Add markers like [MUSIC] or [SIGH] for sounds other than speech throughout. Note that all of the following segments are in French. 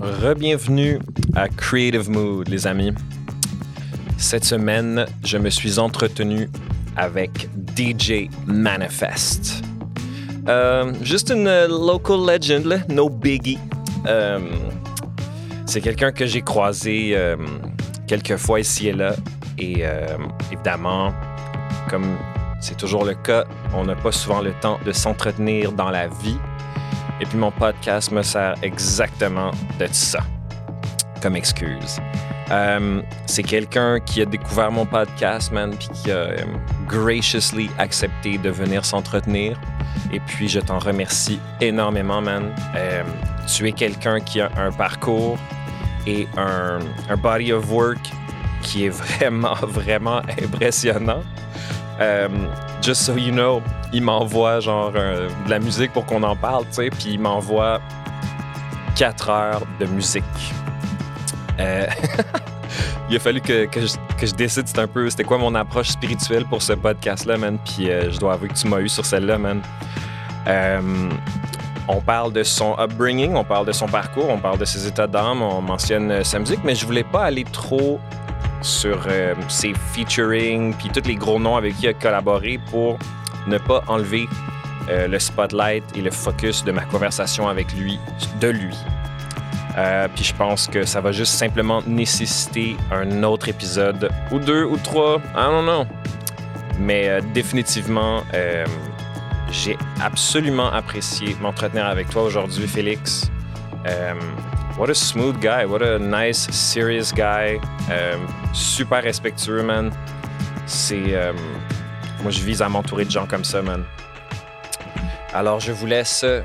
Rebienvenue à Creative Mood, les amis. Cette semaine, je me suis entretenu avec DJ Manifest. Euh, juste une euh, local legend, là, no biggie. Euh, c'est quelqu'un que j'ai croisé euh, quelques fois ici et là. Et euh, évidemment, comme c'est toujours le cas, on n'a pas souvent le temps de s'entretenir dans la vie. Et puis mon podcast me sert exactement de ça comme excuse. Euh, c'est quelqu'un qui a découvert mon podcast, man, puis qui a euh, graciously accepté de venir s'entretenir. Et puis, je t'en remercie énormément, man. Euh, tu es quelqu'un qui a un parcours et un, un body of work qui est [LAUGHS] vraiment, vraiment impressionnant. Euh, just so you know, il m'envoie genre euh, de la musique pour qu'on en parle, tu sais, puis il m'envoie 4 heures de musique. Euh, [LAUGHS] il a fallu que, que je, que je décide c'était un peu c'était quoi mon approche spirituelle pour ce podcast-là, man, puis euh, je dois avouer que tu m'as eu sur celle-là, man. Euh, on parle de son upbringing, on parle de son parcours, on parle de ses états d'âme, on mentionne euh, sa musique, mais je voulais pas aller trop sur euh, ses featuring puis tous les gros noms avec qui il a collaboré pour ne pas enlever euh, le spotlight et le focus de ma conversation avec lui, de lui. Euh, puis je pense que ça va juste simplement nécessiter un autre épisode, ou deux, ou trois, I don't know. Mais euh, définitivement, euh, j'ai absolument apprécié m'entretenir avec toi aujourd'hui, Félix. Euh, what a smooth guy, what a nice, serious guy. Euh, super respectueux, man. C'est. euh, moi, je vise à m'entourer de gens comme ça, man. Alors, je vous laisse euh,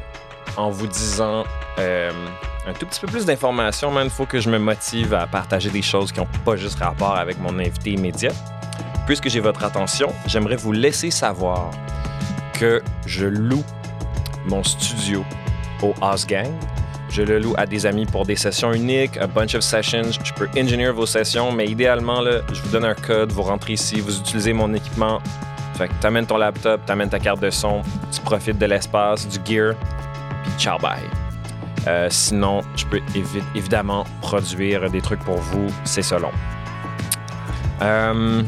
en vous disant euh, un tout petit peu plus d'informations, man. Faut que je me motive à partager des choses qui n'ont pas juste rapport avec mon invité immédiat. Puisque j'ai votre attention, j'aimerais vous laisser savoir que je loue mon studio au House Gang. Je le loue à des amis pour des sessions uniques, a bunch of sessions. Je peux engineer vos sessions, mais idéalement, là, je vous donne un code, vous rentrez ici, vous utilisez mon équipement. Fait que t'amènes ton laptop, t'amènes ta carte de son, tu profites de l'espace, du gear, puis ciao bye. Euh, sinon, je peux évi- évidemment produire des trucs pour vous, c'est selon. Euh,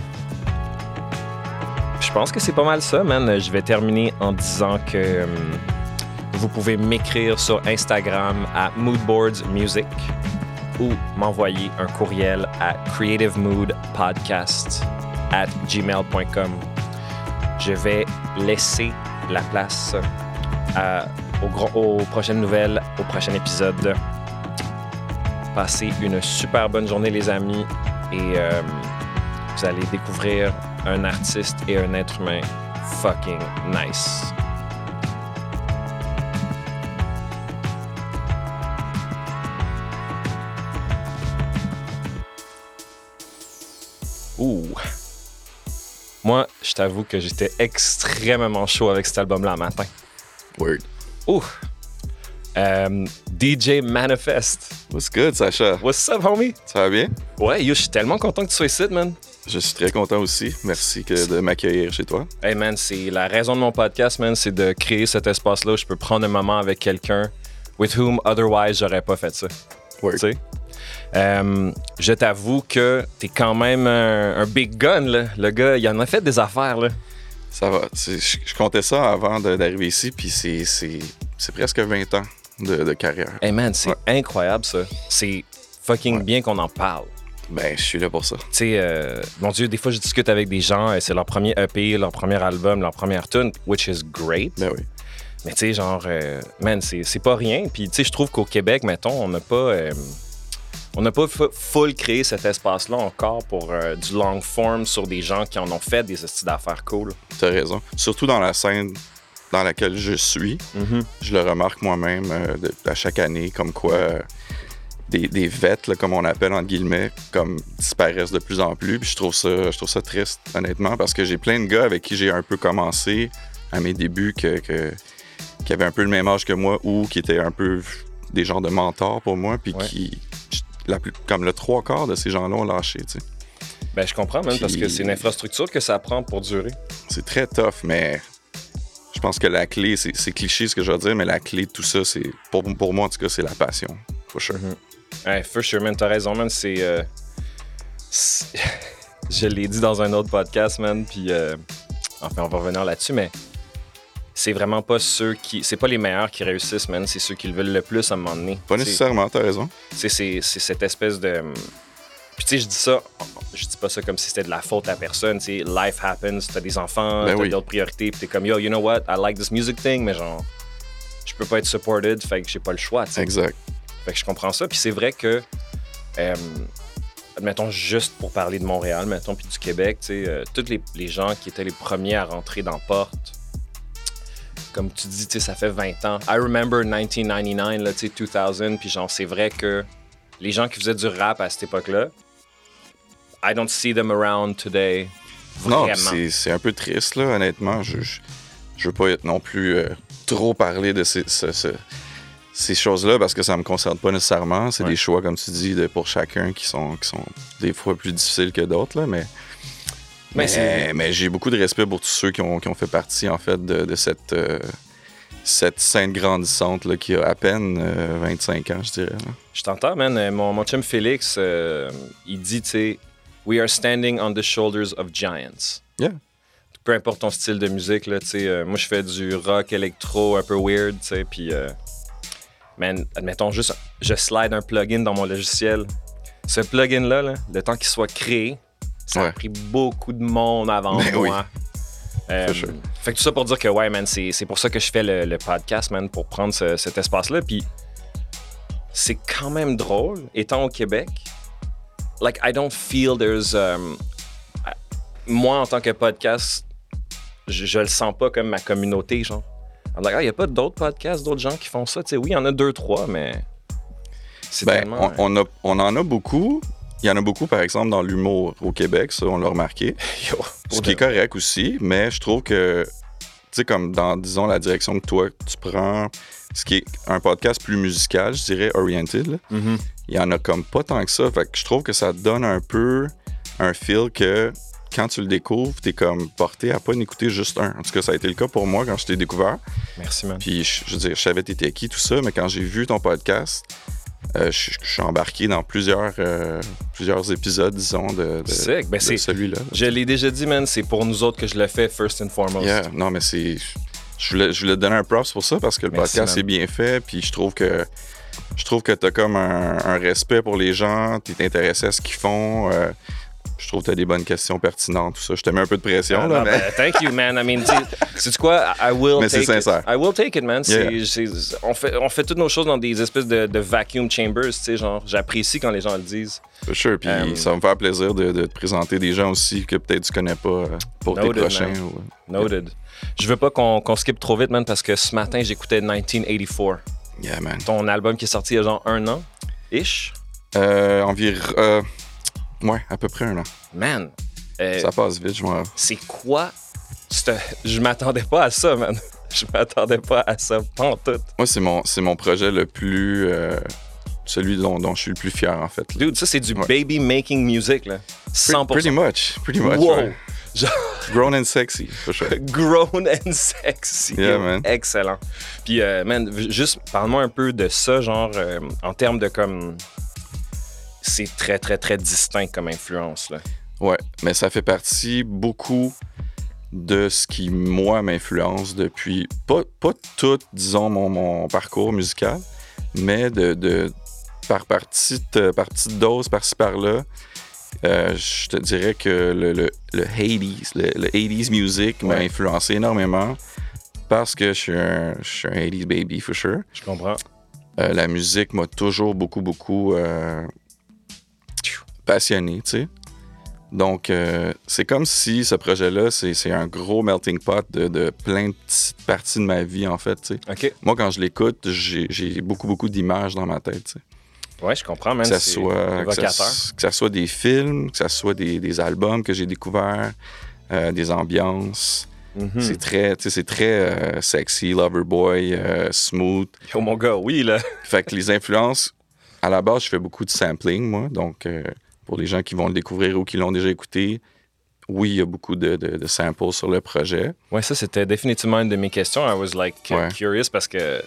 je pense que c'est pas mal ça, man. Je vais terminer en disant que euh, vous pouvez m'écrire sur Instagram à moodboardsmusic ou m'envoyer un courriel à creativemoodpodcast at gmail.com. Je vais laisser la place à- aux, gro- aux prochaines nouvelles, au prochain épisode. Passez une super bonne journée, les amis, et euh, vous allez découvrir un artiste et un être humain fucking nice. Ouh. Moi, je t'avoue que j'étais extrêmement chaud avec cet album-là le matin. Word. Ouh. Euh, DJ Manifest. What's good, Sacha? What's up, homie? Ça va bien? Ouais, yo, je suis tellement content que tu sois ici, man. Je suis très content aussi. Merci que de m'accueillir chez toi. Hey, man, c'est la raison de mon podcast, man, c'est de créer cet espace-là où je peux prendre un moment avec quelqu'un with whom otherwise j'aurais pas fait ça. Word. Tu sais? Euh, je t'avoue que t'es quand même un, un big gun, là. Le gars, il en a fait des affaires, là. Ça va. C'est- Je, je comptais ça avant de- d'arriver ici, puis c'est, c'est, c'est presque 20 ans de, de carrière. Hey, man, c'est Ouais. incroyable, ça. C'est fucking bien qu'on en parle. Ben, je suis là pour ça. tu sais, euh, mon Dieu, des fois, je discute avec des gens, euh, c'est leur premier EP, leur premier album, leur première tune, which is great. Ben oui. Mais tu sais, genre, euh, man, c'est c'est pas rien. Puis tu sais, je trouve qu'au Québec, mettons, on n'a pas. euh, on n'a pas fu- full créé cet espace-là encore pour euh, du long form sur des gens qui en ont fait des styles d'affaires cool. T'as raison. Surtout dans la scène dans laquelle je suis, je le remarque moi-même euh, de- à chaque année, comme quoi euh, des, des vêtes, là, comme on appelle entre guillemets, comme disparaissent de plus en plus. Puis je trouve ça, je trouve ça triste, honnêtement, parce que j'ai plein de gars avec qui j'ai un peu commencé à mes débuts que, que- qui avaient un peu le même âge que moi ou qui étaient un peu des genres de mentors pour moi, puis Ouais. qui la plus- comme le trois quarts de ces gens-là ont lâché. tu sais. Ben, je comprends, même, parce que Puis- c'est une infrastructure que ça prend pour durer. C'est très tough, mais je pense que la clé, Mm-hmm. c'est c'est cliché ce que je veux dire, mais la clé de tout ça, c'est pour, pour moi en tout cas, c'est la passion. For sure. Ouais, for sure, man, t'as raison, man. C'est. euh, c'est- [LAUGHS] je l'ai dit dans un autre podcast, man, puis. euh, Enfin, on va revenir là-dessus, mais. C'est vraiment pas ceux qui. C'est pas les meilleurs qui réussissent, man. C'est ceux qui le veulent le plus à un moment donné. Pas Tu sais, nécessairement, t'as raison. c'est- C'est c'est cette espèce de. Puis, tu sais, je dis ça. Je dis pas ça comme si c'était de la faute à personne. Tu sais, life happens, t'as des enfants, Ben t'as oui. d'autres priorités, puis t'es comme, yo, you know what, I like this music thing, mais genre. Je peux pas être supported, fait que j'ai pas le choix, tu sais. Exact. Fait que je comprends ça. Puis c'est vrai que, euh, admettons, juste pour parler de Montréal, mettons, puis du Québec, tu sais, euh, tous les, les gens qui étaient les premiers à rentrer dans Porte, comme tu dis, tu sais, ça fait 20 ans. I remember 1999, là, tu sais, 2000, puis genre, c'est vrai que les gens qui faisaient du rap à cette époque-là, I don't see them around today. Non, Vraiment. puis c'est- c'est un peu triste, là, honnêtement. Je, je, je veux pas être non plus euh, trop parler de ces, ce- ce- ces choses-là parce que ça me concerne pas nécessairement. C'est Ouais. des choix, comme tu dis, de, pour chacun qui sont, qui sont des fois plus difficiles que d'autres, là, mais. Mais Mais, Ben, c'est- mais j'ai beaucoup de respect pour tous ceux qui ont, qui ont fait partie, en fait, de, de cette, euh, cette scène grandissante là, qui a à peine euh, 25 ans, je dirais. là. Je t'entends, man. Euh, Mon, mon chum Félix, euh, il dit, tu sais, We are standing on the shoulders of giants. Yeah. Peu importe ton style de musique, là, tu sais, euh, moi, je fais du rock électro un peu weird, tu sais, puis, euh, man, admettons, juste, je slide un plugin dans mon logiciel. Ce plugin-là, là, le temps qu'il soit créé, ça a Ouais. pris beaucoup de monde avant Ben [LAUGHS] oui. moi. Euh, For sure. Fait que tout ça pour dire que, ouais, man, c'est c'est pour ça que je fais le, le podcast, man, pour prendre ce- cet espace-là. Puis c'est quand même drôle, étant au Québec. Like, I don't feel there's. um, I- moi, en tant que podcast, je, je le sens pas comme ma communauté, genre. I'm like, ah, y a pas d'autres podcasts, d'autres gens qui font ça. Tu sais, oui, il y en a deux, trois, mais. C'est Ben, tellement. on, on a- on en a beaucoup. Il y en a beaucoup, par exemple, dans l'humour au Québec, ça, on l'a remarqué. euh, Yo, Ce pour qui de- est correct aussi, mais je trouve que, tu sais, comme dans, disons, la direction que toi, tu prends, ce qui est un podcast plus musical, je dirais, oriented, là, Mhm. il y en a comme pas tant que ça. Fait que je trouve que ça donne un peu un feel que quand tu le découvres, t'es comme porté à pas n'écouter juste un. En tout cas, ça a été le cas pour moi quand je t'ai découvert. Merci, man. Puis, je, je veux dire, je savais t'étais qui, tout ça, mais quand j'ai vu ton podcast, euh, je, je suis embarqué dans plusieurs, euh, plusieurs épisodes, disons, de, de- Sick. Ben, de c'est. celui-là. Je l'ai déjà dit, man, c'est pour nous autres que je le fais, first and foremost. Yeah, Non, mais c'est. Je voulais, je voulais te donner un props pour ça parce que le Merci, podcast man. est bien fait, puis je trouve que. Je trouve que t'as comme un, un respect pour les gens, t'es intéressé à ce qu'ils font. euh, je trouve que t'as des bonnes questions pertinentes, tout ça. Je te mets un peu de pression, Ah, là, non, mais. ben, thank you, man. I mean, c'est quoi? I I will Mais c'est take sincère. It. I will take it, man. C'est- Yeah. c'est- on, fait, on fait toutes nos choses dans des espèces de, de vacuum chambers, tu sais, genre, j'apprécie quand les gens le disent. For sure, puis Um, ça va me faire plaisir de, de te présenter des gens aussi que peut-être tu connais pas euh, pour Noted, tes prochains. man. ou- Noted. Je veux pas qu'on qu'on skip trop vite, man, parce que ce matin, j'écoutais 1984, Yeah, man. ton album qui est sorti il y a genre un an, ish. Euh, environ. euh, ouais, à peu près un an. Man, euh, Ça passe vite, je m'en. c'est quoi? cette- Je m'attendais pas à ça, man. [LAUGHS] Je m'attendais pas à ça, pantoute. Moi, c'est mon, c'est mon projet le plus. euh, celui dont, dont je suis le plus fier, en fait. là. Dude, ça, c'est du Ouais. baby making music, là. 100%. Pretty much. Pretty much. Wow. ouais. Genre- Grown and sexy, for sure. grown and sexy. Yeah, man. Excellent. Puis, euh, man, v- juste parle-moi un peu de ça, genre, euh, en termes de comme. C'est très, très, très distinct comme influence, là. Ouais, mais ça fait partie beaucoup de ce qui, moi, m'influence depuis, pas, pas tout, disons, mon, mon parcours musical, mais de, de- par, par, petite, euh, par petite dose, par-ci, par-là, euh, je te dirais que le, le, le 80s, le, le 80s music m'a Ouais. influencé énormément parce que je suis un, je suis un 80s baby, for sure. Je comprends. Euh, la musique m'a toujours beaucoup, beaucoup euh, passionné, tu sais. Donc, euh, c'est comme si ce projet-là, c'est c'est un gros melting pot de, de plein de petites parties de ma vie, en fait, tu sais. OK. Moi, quand je l'écoute, j'ai j'ai beaucoup, beaucoup d'images dans ma tête, tu sais. Ouais, je comprends, man. Que ça, c'est soit, que, ça, évocateur. s- que ça soit des films, que ça soit des, des albums que j'ai découverts, euh, des ambiances. Mhm. C'est très, tu sais, c'est très euh, sexy, loverboy, euh, smooth. Oh mon gars, oui, [LAUGHS] là. Fait que les influences, à la base, je fais beaucoup de sampling, moi. Donc, euh, pour les gens qui vont le découvrir ou qui l'ont déjà écouté, oui, il y a beaucoup de, de- de samples sur le projet. Ouais, ça, c'était définitivement une de mes questions. I was like Ouais. curious parce que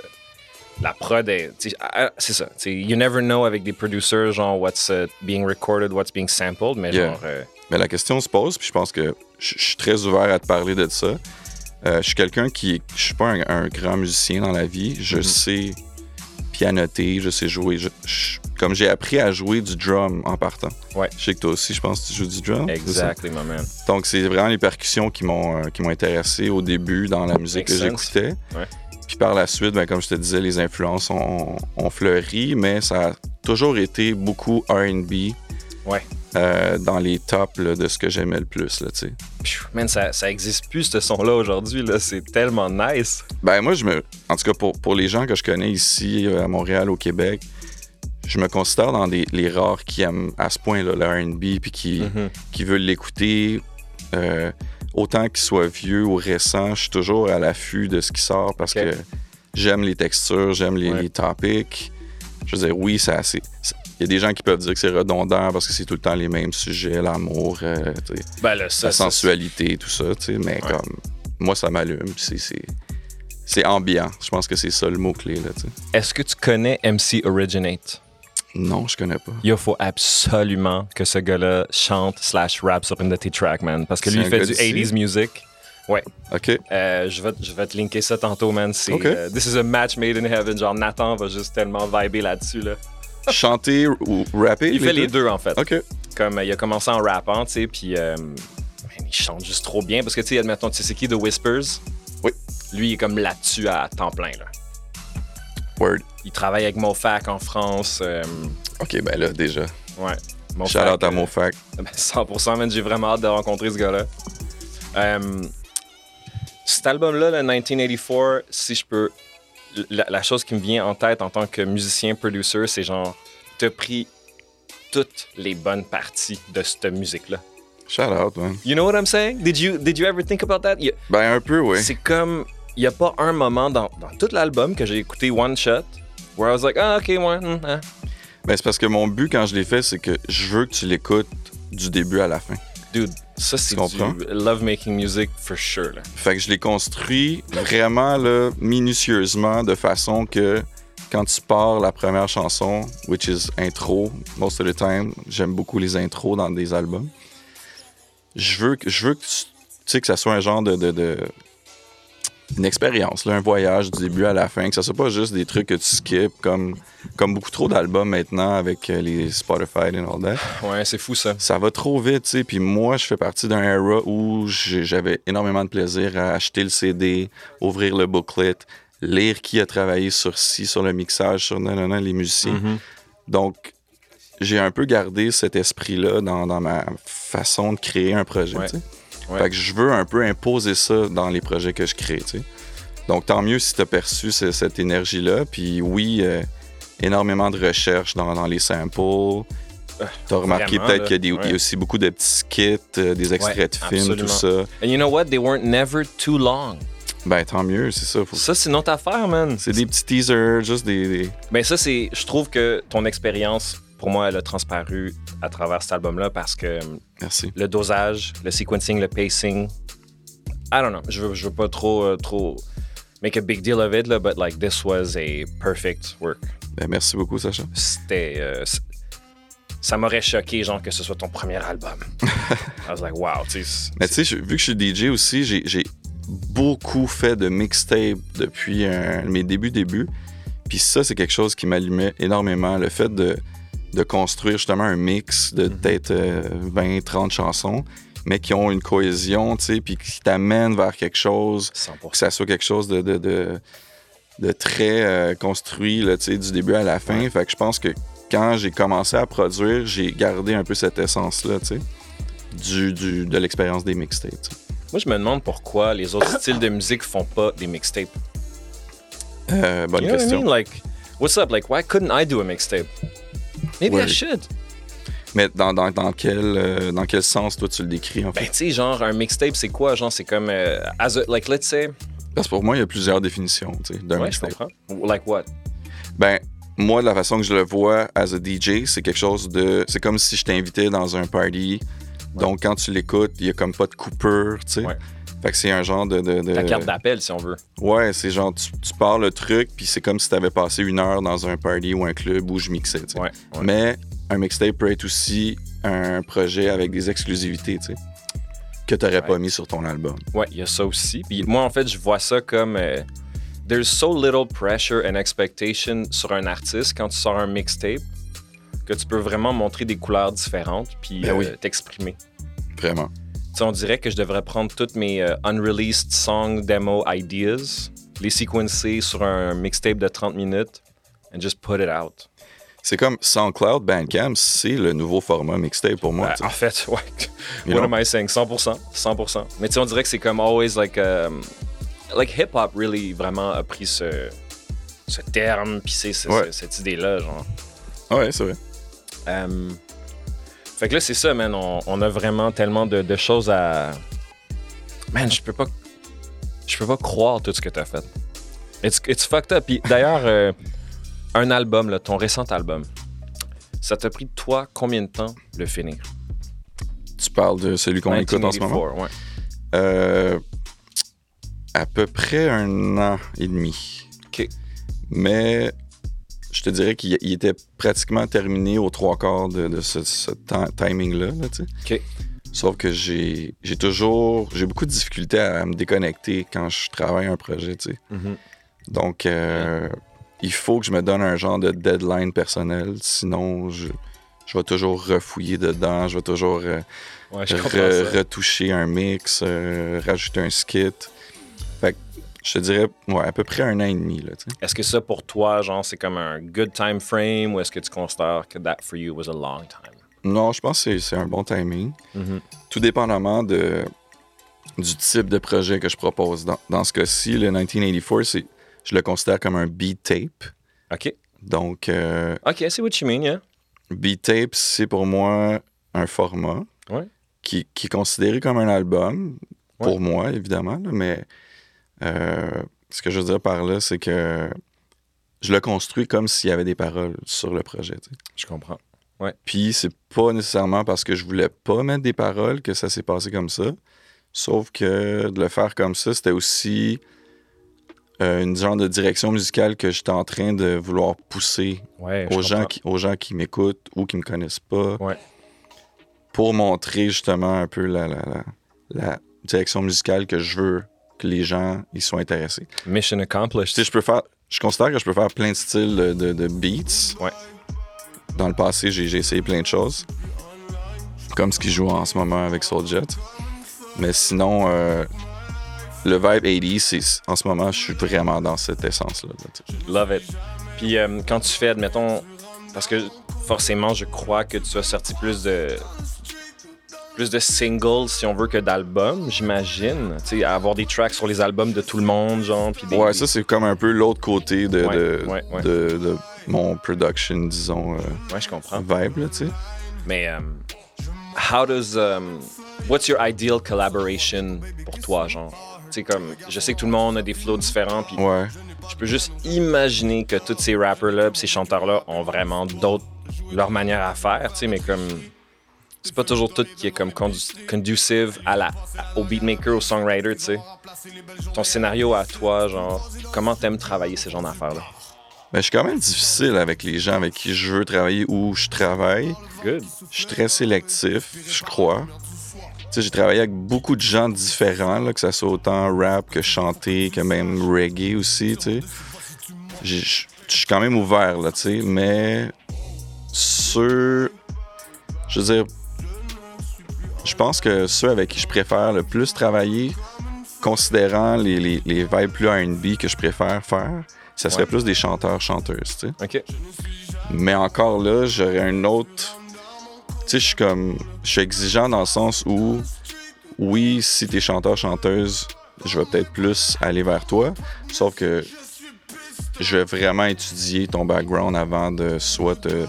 la prod est. tu sais, ah, ah, C'est ça. tu sais, you never know avec des producers, genre, what's uh, being recorded, what's being sampled, mais Yeah. genre. euh, Mais la question se pose, puis je pense que je je suis très ouvert à te parler de ça. Euh, je suis quelqu'un qui. Je suis pas un, un grand musicien dans la vie. Je Mhm. sais pianoter, je sais jouer. Je- je- comme j'ai appris à jouer du drum en partant. Ouais. Je sais que toi aussi, je pense que tu joues du drum. c'est ça? exactly, my man. Donc, c'est vraiment les percussions qui m'ont euh, qui m'ont intéressé au début dans la musique que Makes sense. j'écoutais. Ouais. Puis par la suite, ben, comme je te disais, les influences ont, ont fleuri, mais ça a toujours été beaucoup RB Ouais. euh, dans les tops là, de ce que j'aimais le plus. Là, tu sais. Pfiou, Man, ça, ça existe plus, ce son-là, aujourd'hui, là. C'est tellement nice. ben, moi, je me, en tout cas, pour, pour les gens que je connais ici euh, à Montréal, au Québec, je me considère dans des, les rares qui aiment à ce point-là le RB puis qui, Mhm. qui veulent l'écouter, euh, autant qu'il soit vieux ou récent, je suis toujours à l'affût de ce qui sort parce Ok. que j'aime les textures, j'aime les, Ouais. les topics. Je veux dire, oui, ça, c'est. c'est- Il y a des gens qui peuvent dire que c'est redondant parce que c'est tout le temps les mêmes sujets, l'amour, euh, tu sais, Ben là, ça. ça, la sensualité, tout ça, tu sais, mais Ouais. comme moi, ça m'allume, puis c'est- c'est. C'est ambiant. Je pense que c'est ça le mot-clé, là, tu sais. c'est- Est-ce que tu connais MC Originate? Non, je connais pas. Il faut absolument que ce gars-là chante slash rap sur une de tes tracks, man. Parce que lui, C'est il un fait gars du d'ici? 80s music. Ouais. OK. Euh, je, vais, te- je vais te linker ça tantôt, man. C'est, Ok. euh, this is a match made in heaven. Genre, Nathan va juste tellement vibrer là-dessus, là. Chanter ou rapper? Il fait les deux, en fait. OK. Comme euh, il a commencé en rappant, tu sais, puis euh, man, il chante juste trop bien parce que tu sais, admettons, tu sais c'est qui The Whispers Oui. Lui, il est comme là-dessus à temps plein. Là. Word. Il travaille avec Mofac en France. euh, OK, ben là, déjà. ouais. Shout out à euh, Mofac. ben, 100%, man, j'ai vraiment hâte de rencontrer ce gars-là. Euh, cet album-là, le 1984, si je peux. La, la chose qui me vient en tête en tant que musicien, producer, c'est genre, t'as pris toutes les bonnes parties de cette musique-là. Shout out, man. You know what I'm saying? Did you, did you ever think about that? Y- Ben, un peu, oui. C'est comme, il n'y a pas un moment dans, dans tout l'album que j'ai écouté One Shot where I was like, ah, ok, ouais, hmm, hein. Ben, c'est parce que mon but quand je l'ai fait, c'est que je veux que tu l'écoutes du début à la fin. Dude, ça, c'est Tu comprends? du love-making music for sure. Là. Fait que je l'ai construit vraiment là, minutieusement de façon que quand tu pars la première chanson, which is intro, most of the time, j'aime beaucoup les intros dans des albums. Je veux que, je veux que tu, tu sais que ça soit un genre de, de- de- une expérience, là, un voyage du début à la fin, que ça soit pas juste des trucs que tu skips comme comme beaucoup trop d'albums maintenant avec euh, les Spotify et all that Ouais, c'est fou ça. ça va trop vite, tu sais. Puis moi, je fais partie d'un era où j'ai- j'avais énormément de plaisir à acheter le CD, ouvrir le booklet, lire qui a travaillé sur ci, sur le mixage, sur nanana, les musiciens. Donc, j'ai un peu gardé cet esprit-là dans, dans ma façon de créer un projet, Ouais. tu sais. Ouais. Fait que je veux un peu imposer ça dans les projets que je crée, tu sais. Donc, tant mieux si tu as perçu ce- cette énergie-là. Puis oui, euh, énormément de recherches dans, dans les samples. T'as remarqué Ah, vraiment, peut-être là. qu'il y, a des- Ouais. il y a aussi beaucoup de petits skits, euh, des extraits Ouais, de films, absolument. tout ça. And you know what? They weren't never too long. Ben tant mieux, c'est ça. faut- Ça, c'est notre affaire, man. C'est des petits teasers, juste des. des- Mais ça, c'est. Je trouve que ton expérience, pour moi, elle a transparu à travers cet album-là parce que hum, Merci. le dosage, le sequencing, le pacing. I don't know. Je veux, je veux pas trop, euh, trop make a big deal of it, là, but like this was a perfect work. Ben, merci beaucoup, Sacha. C'était. euh, c- ça m'aurait choqué, genre, que ce soit ton premier [LAUGHS] album. I was like, wow, tu sais. c'est- Mais tu sais, je- vu que je suis DJ aussi, j'ai j'ai beaucoup fait de mixtape depuis euh, mes débuts, débuts. Puis ça, c'est quelque chose qui m'allumait énormément. Le fait de, de construire justement un mix de peut-être euh, 20, 30 chansons, mais qui ont une cohésion, tu sais, puis qui t'amènent vers quelque chose, que 100%. ça soit quelque chose de, de, de- de très euh, construit, là, tu sais, du début à la fin. Fait que je pense que quand j'ai commencé à produire, j'ai gardé un peu cette essence-là, tu sais, du, du- de l'expérience des mixtapes. tu sais. Moi, je me demande pourquoi les autres styles de musique font pas des mixtapes. Euh, bonne You know question. what I mean? Like, what's up? Like, why couldn't I do a mixtape? Maybe I Ouais. should. Mais dans, dans, dans quel, euh, dans quel sens, toi, tu le décris, en fait? Ben, tu sais, genre, un mixtape, c'est quoi? Genre, c'est comme. euh, as a- like, let's say. Parce que pour moi, il y a plusieurs définitions, tu sais, d'un Ouais, je mixtape. comprends. Like what? Ben, moi, de la façon que je le vois as a DJ, c'est quelque chose de... C'est comme si je t'invitais dans un party. Donc, quand tu l'écoutes, il n'y a comme pas de coupure, tu sais. Ouais. Fait que c'est un genre de. de- de- Ta carte d'appel, si on veut. Ouais, c'est genre, tu, tu pars le truc, puis c'est comme si t'avais passé une heure dans un party ou un club où je mixais, tu sais. Ouais. ouais. Mais un mixtape peut être aussi un projet avec des exclusivités, tu sais, que t'aurais pas Ouais. mis sur ton album. Ouais, il y a ça aussi. Puis moi, en fait, je vois ça comme. euh, There's so little pressure and expectation sur un artiste quand tu sors un mixtape que tu peux vraiment montrer des couleurs différentes puis Ben oui. euh, t'exprimer. Vraiment. Tu sais, on dirait que je devrais prendre toutes mes euh, unreleased song demo ideas, les séquencer sur un mixtape de 30 minutes and just put it out. C'est comme SoundCloud, Bandcamp, c'est le nouveau format mixtape pour moi. Ben, tu sais. en fait, [LAUGHS] ouais. You What know? am I saying? 100%. 100%. Mais tu sais, on dirait que c'est comme always like. um, like hip hop really vraiment a pris ce, ce terme, puis c'est ce- Ouais. ce- cette idée-là, genre. Ouais, c'est vrai. Um, fait que là, c'est ça, man. On, on a vraiment tellement de, de choses à. Man, je peux pas. Je peux pas croire tout ce que t'as fait. It's, it's fucked up. Puis d'ailleurs, euh, un album, là, ton récent album, ça t'a pris, toi, combien de temps le finir? Tu parles de celui Ben, qu'on écoute en ce moment? 1984, ouais. Euh, à peu près un an et demi. OK. Mais je te dirais qu'il il était pratiquement terminé aux trois quarts de, de ce, ce ti- timing-là. là, tu sais. OK. Sauf que j'ai j'ai toujours... J'ai beaucoup de difficultés à me déconnecter quand je travaille un projet, tu sais. Mhm. Donc, euh, il faut que je me donne un genre de deadline personnel. Sinon, je, je vais toujours refouiller dedans. Je vais toujours euh, Ouais, je comprends re- ça. retoucher un mix, euh, rajouter un skit. Fait que je te dirais, ouais, à peu près un an et demi. Là, tu sais. Est-ce que ça, pour toi, genre, c'est comme un good time frame ou est-ce que tu considères que that for you was a long time? non, je pense que c'est- c'est un bon timing. Mm-hmm. Tout dépendamment de, du type de projet que je propose. Dans, dans ce cas-ci, le 1984, c'est- je le considère comme un beat tape. OK. Donc, euh, OK, I see what you mean, yeah. B-Tape, c'est pour moi un format Ouais. qui, qui est considéré comme un album, Ouais. pour moi, évidemment, là, mais euh, ce que je veux dire par là, c'est que je le construis comme s'il y avait des paroles sur le projet. tu sais. Je comprends. Puis c'est pas nécessairement parce que je voulais pas mettre des paroles que ça s'est passé comme ça, sauf que de le faire comme ça, c'était aussi euh, une genre de direction musicale que j'étais en train de vouloir pousser Ouais, Eh, je aux gens, comprends. qui, aux gens qui m'écoutent ou qui me connaissent pas. Ouais. Pour montrer justement un peu la, la- la- la direction musicale que je veux que les gens ils soient intéressés. Mission Tu sais, accomplished. je peux faire. Je considère que je peux faire plein de styles de, de- de beats. Ouais. Dans le passé, j'ai j'ai essayé plein de choses. Comme ce qu'ils jouent en ce moment avec Souljet. Mais sinon, euh, le vibe 80 c'est en ce moment, je suis vraiment dans cette essence-là. là, tu sais. Love it. Puis euh, quand tu fais, admettons, parce que forcément, je crois que tu as sorti plus de plus de singles, si on veut, que d'albums, j'imagine. Tu sais, avoir des tracks sur les albums de tout le monde, genre, puis des... Ouais, ça c'est comme un peu l'autre côté de, Ouais, de, ouais, ouais. de- de mon production, disons, euh, Ouais, je comprends. vibe, là, tu sais. Mais um, how does um, what's your ideal collaboration pour toi, genre? Tu sais, comme je sais que tout le monde a des flows différents, puis Ouais. je peux juste imaginer que tous ces rappers là, ces chanteurs là, ont vraiment d'autres leur manière à faire, tu sais, mais comme c'est pas toujours tout qui est comme condu- conducive à la à- au beatmaker, au songwriter, tu sais. Ton scénario à toi, genre, comment t'aimes travailler ces genres d'affaires là? Mais Ben, je suis quand même difficile avec les gens avec qui je veux travailler ou je travaille. Good. Je suis très sélectif, je crois. Tu sais, j'ai travaillé avec beaucoup de gens différents, là, que ça soit autant rap que chanter, que même reggae aussi, tu sais. J'ai- Je je suis quand même ouvert, là, tu sais, mais ceux... Je veux dire, je pense que ceux avec qui je préfère le plus travailler, considérant les, les, les vibes plus R&B que je préfère faire, ça serait Ouais. plus des chanteurs-chanteuses, tu sais. Ok. Mais encore là, j'aurais un autre. Tu sais, je suis comme. Je suis exigeant dans le sens où, oui, si t'es chanteur, chanteuse, je vais peut-être plus aller vers toi. Sauf que je vais vraiment étudier ton background avant de soit te,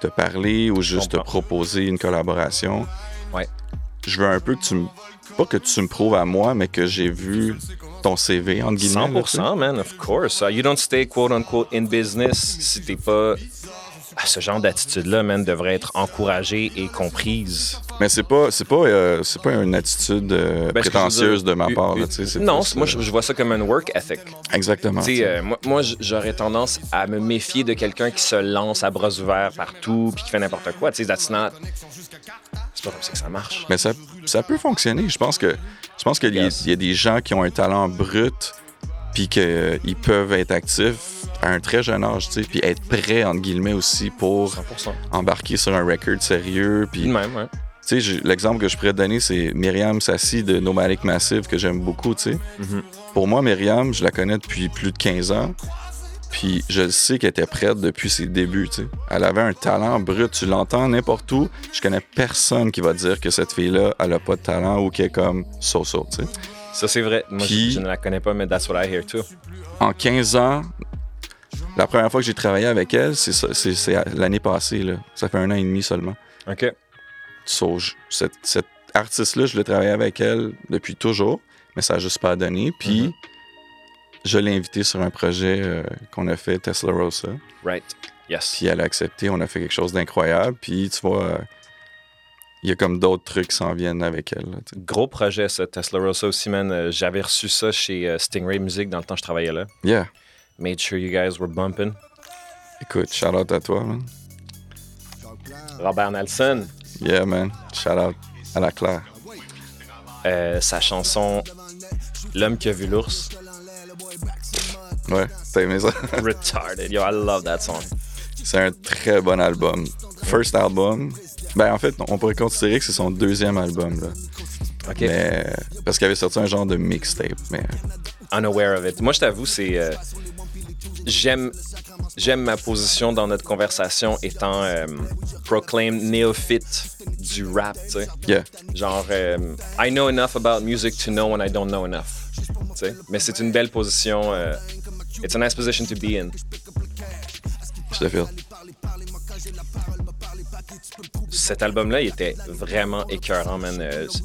te parler ou juste te comprends. proposer une collaboration. Ouais. Je veux un peu que tu me. Pas que tu me prouves à moi, mais que j'ai vu ton CV, entre guillemets. là, tu sais. 100%, man, of course. Uh, you don't stay, quote unquote, in business si t'es pas. Ah, ce genre d'attitude-là, man, devrait être encouragée et comprise. Mais c'est pas, c'est pas, euh, c'est pas une attitude euh, Ben, ce que je veux prétentieuse dire, de ma u- part. u- là, tu sais, c'est non, plus, moi euh, Ah, je, je vois ça comme un work ethic. Exactement. Tu sais, euh, moi, moi, j- j'aurais tendance à me méfier de quelqu'un qui se lance à bras ouverts partout puis qui fait n'importe quoi. Tu sais, that's not- C'est pas comme ça que ça marche. Mais ça, ça peut fonctionner. Je pense que je pense qu'il y a- Yes. il y, a des gens qui ont un talent brut puis qu'ils peuvent être actifs à un très jeune âge, tu sais, puis être prêts, entre guillemets, aussi pour 100%. embarquer sur un record sérieux. De Puis, tu même, hein. ouais. sais, j'ai- l'exemple que je pourrais te donner, c'est Myriam Sassi de Nomadic Massive, que j'aime beaucoup, tu sais. Mhm. Pour moi, Myriam, je la connais depuis plus de 15 ans. Puis je le sais qu'elle était prête depuis ses débuts. tu sais. Elle avait un talent brut. Tu l'entends n'importe où. Je connais personne qui va dire que cette fille-là, elle a pas de talent ou qu'elle est comme so-so. tu sais. Ça, c'est vrai. Moi, je- Puis- je, ne la connais pas, mais that's what I hear too. En 15 ans, la première fois que j'ai travaillé avec elle, c'est ça- c'est c'est l'année passée. Là. Ça fait un an et demi seulement. OK. So, je- cette, cette artiste-là, je l'ai travaillé avec elle depuis toujours, mais ça n'a juste pas donné. Puis, Mhm. je l'ai invitée sur un projet euh, qu'on a fait, Tesla Rosa. Right. Yes. Puis elle a accepté, on a fait quelque chose d'incroyable. Puis tu vois, euh, il y a comme d'autres trucs qui s'en viennent avec elle. là, tu sais. Gros projet, ça, Tesla Rosa aussi, man. Euh, J'avais reçu ça chez euh, Stingray Music dans le temps que je travaillais là. Yeah. Made sure you guys were bumping. Écoute, shout out à toi, man. Robert Nelson, Yeah, man. Shout out à la Claire. euh, sa chanson L'homme qui a vu l'ours. Ouais, t'as aimé ça? [LAUGHS] Retarded. Yo, I love that song. c'est un très bon album. First album. Ben, en fait, on pourrait considérer que c'est son deuxième album, là. OK. Mais. Parce qu'il avait sorti un genre de mixtape, mais. unaware of it. Moi, je t'avoue, c'est. euh, j'aime, j'aime ma position dans notre conversation étant euh, proclaimed néophyte du rap, tu sais. Yeah. Genre, euh, I know enough about music to know when I don't know enough. tu sais. Mais c'est une belle position. euh, it's a nice position to be in. Je te file. Cet album-là, il était vraiment écœurant, man. Euh, c-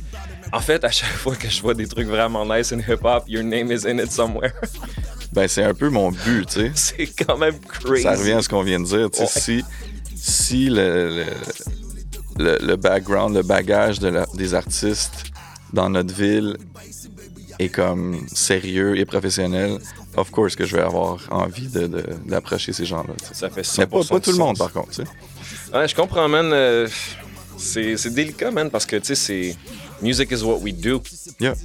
en fait, à chaque fois que je vois des trucs vraiment nice in hip-hop, your name is in it somewhere. [LAUGHS] Ben, c'est un peu mon but, tu sais. c'est quand même crazy. ça revient à ce qu'on vient de dire. tu sais, Ouais. Si, si le, le, le- le background, le bagage de la- des artistes dans notre ville est comme sérieux et professionnel, of course que je vais avoir envie de- de- d'approcher ces gens-là. tu sais. Ça fait 100% Mais pas, pas tout le de monde, sens. par contre. tu sais. Ouais, je comprends, man. Euh, c'est c'est délicat, man, parce que, tu sais, c'est... Music is what we do. Yeah.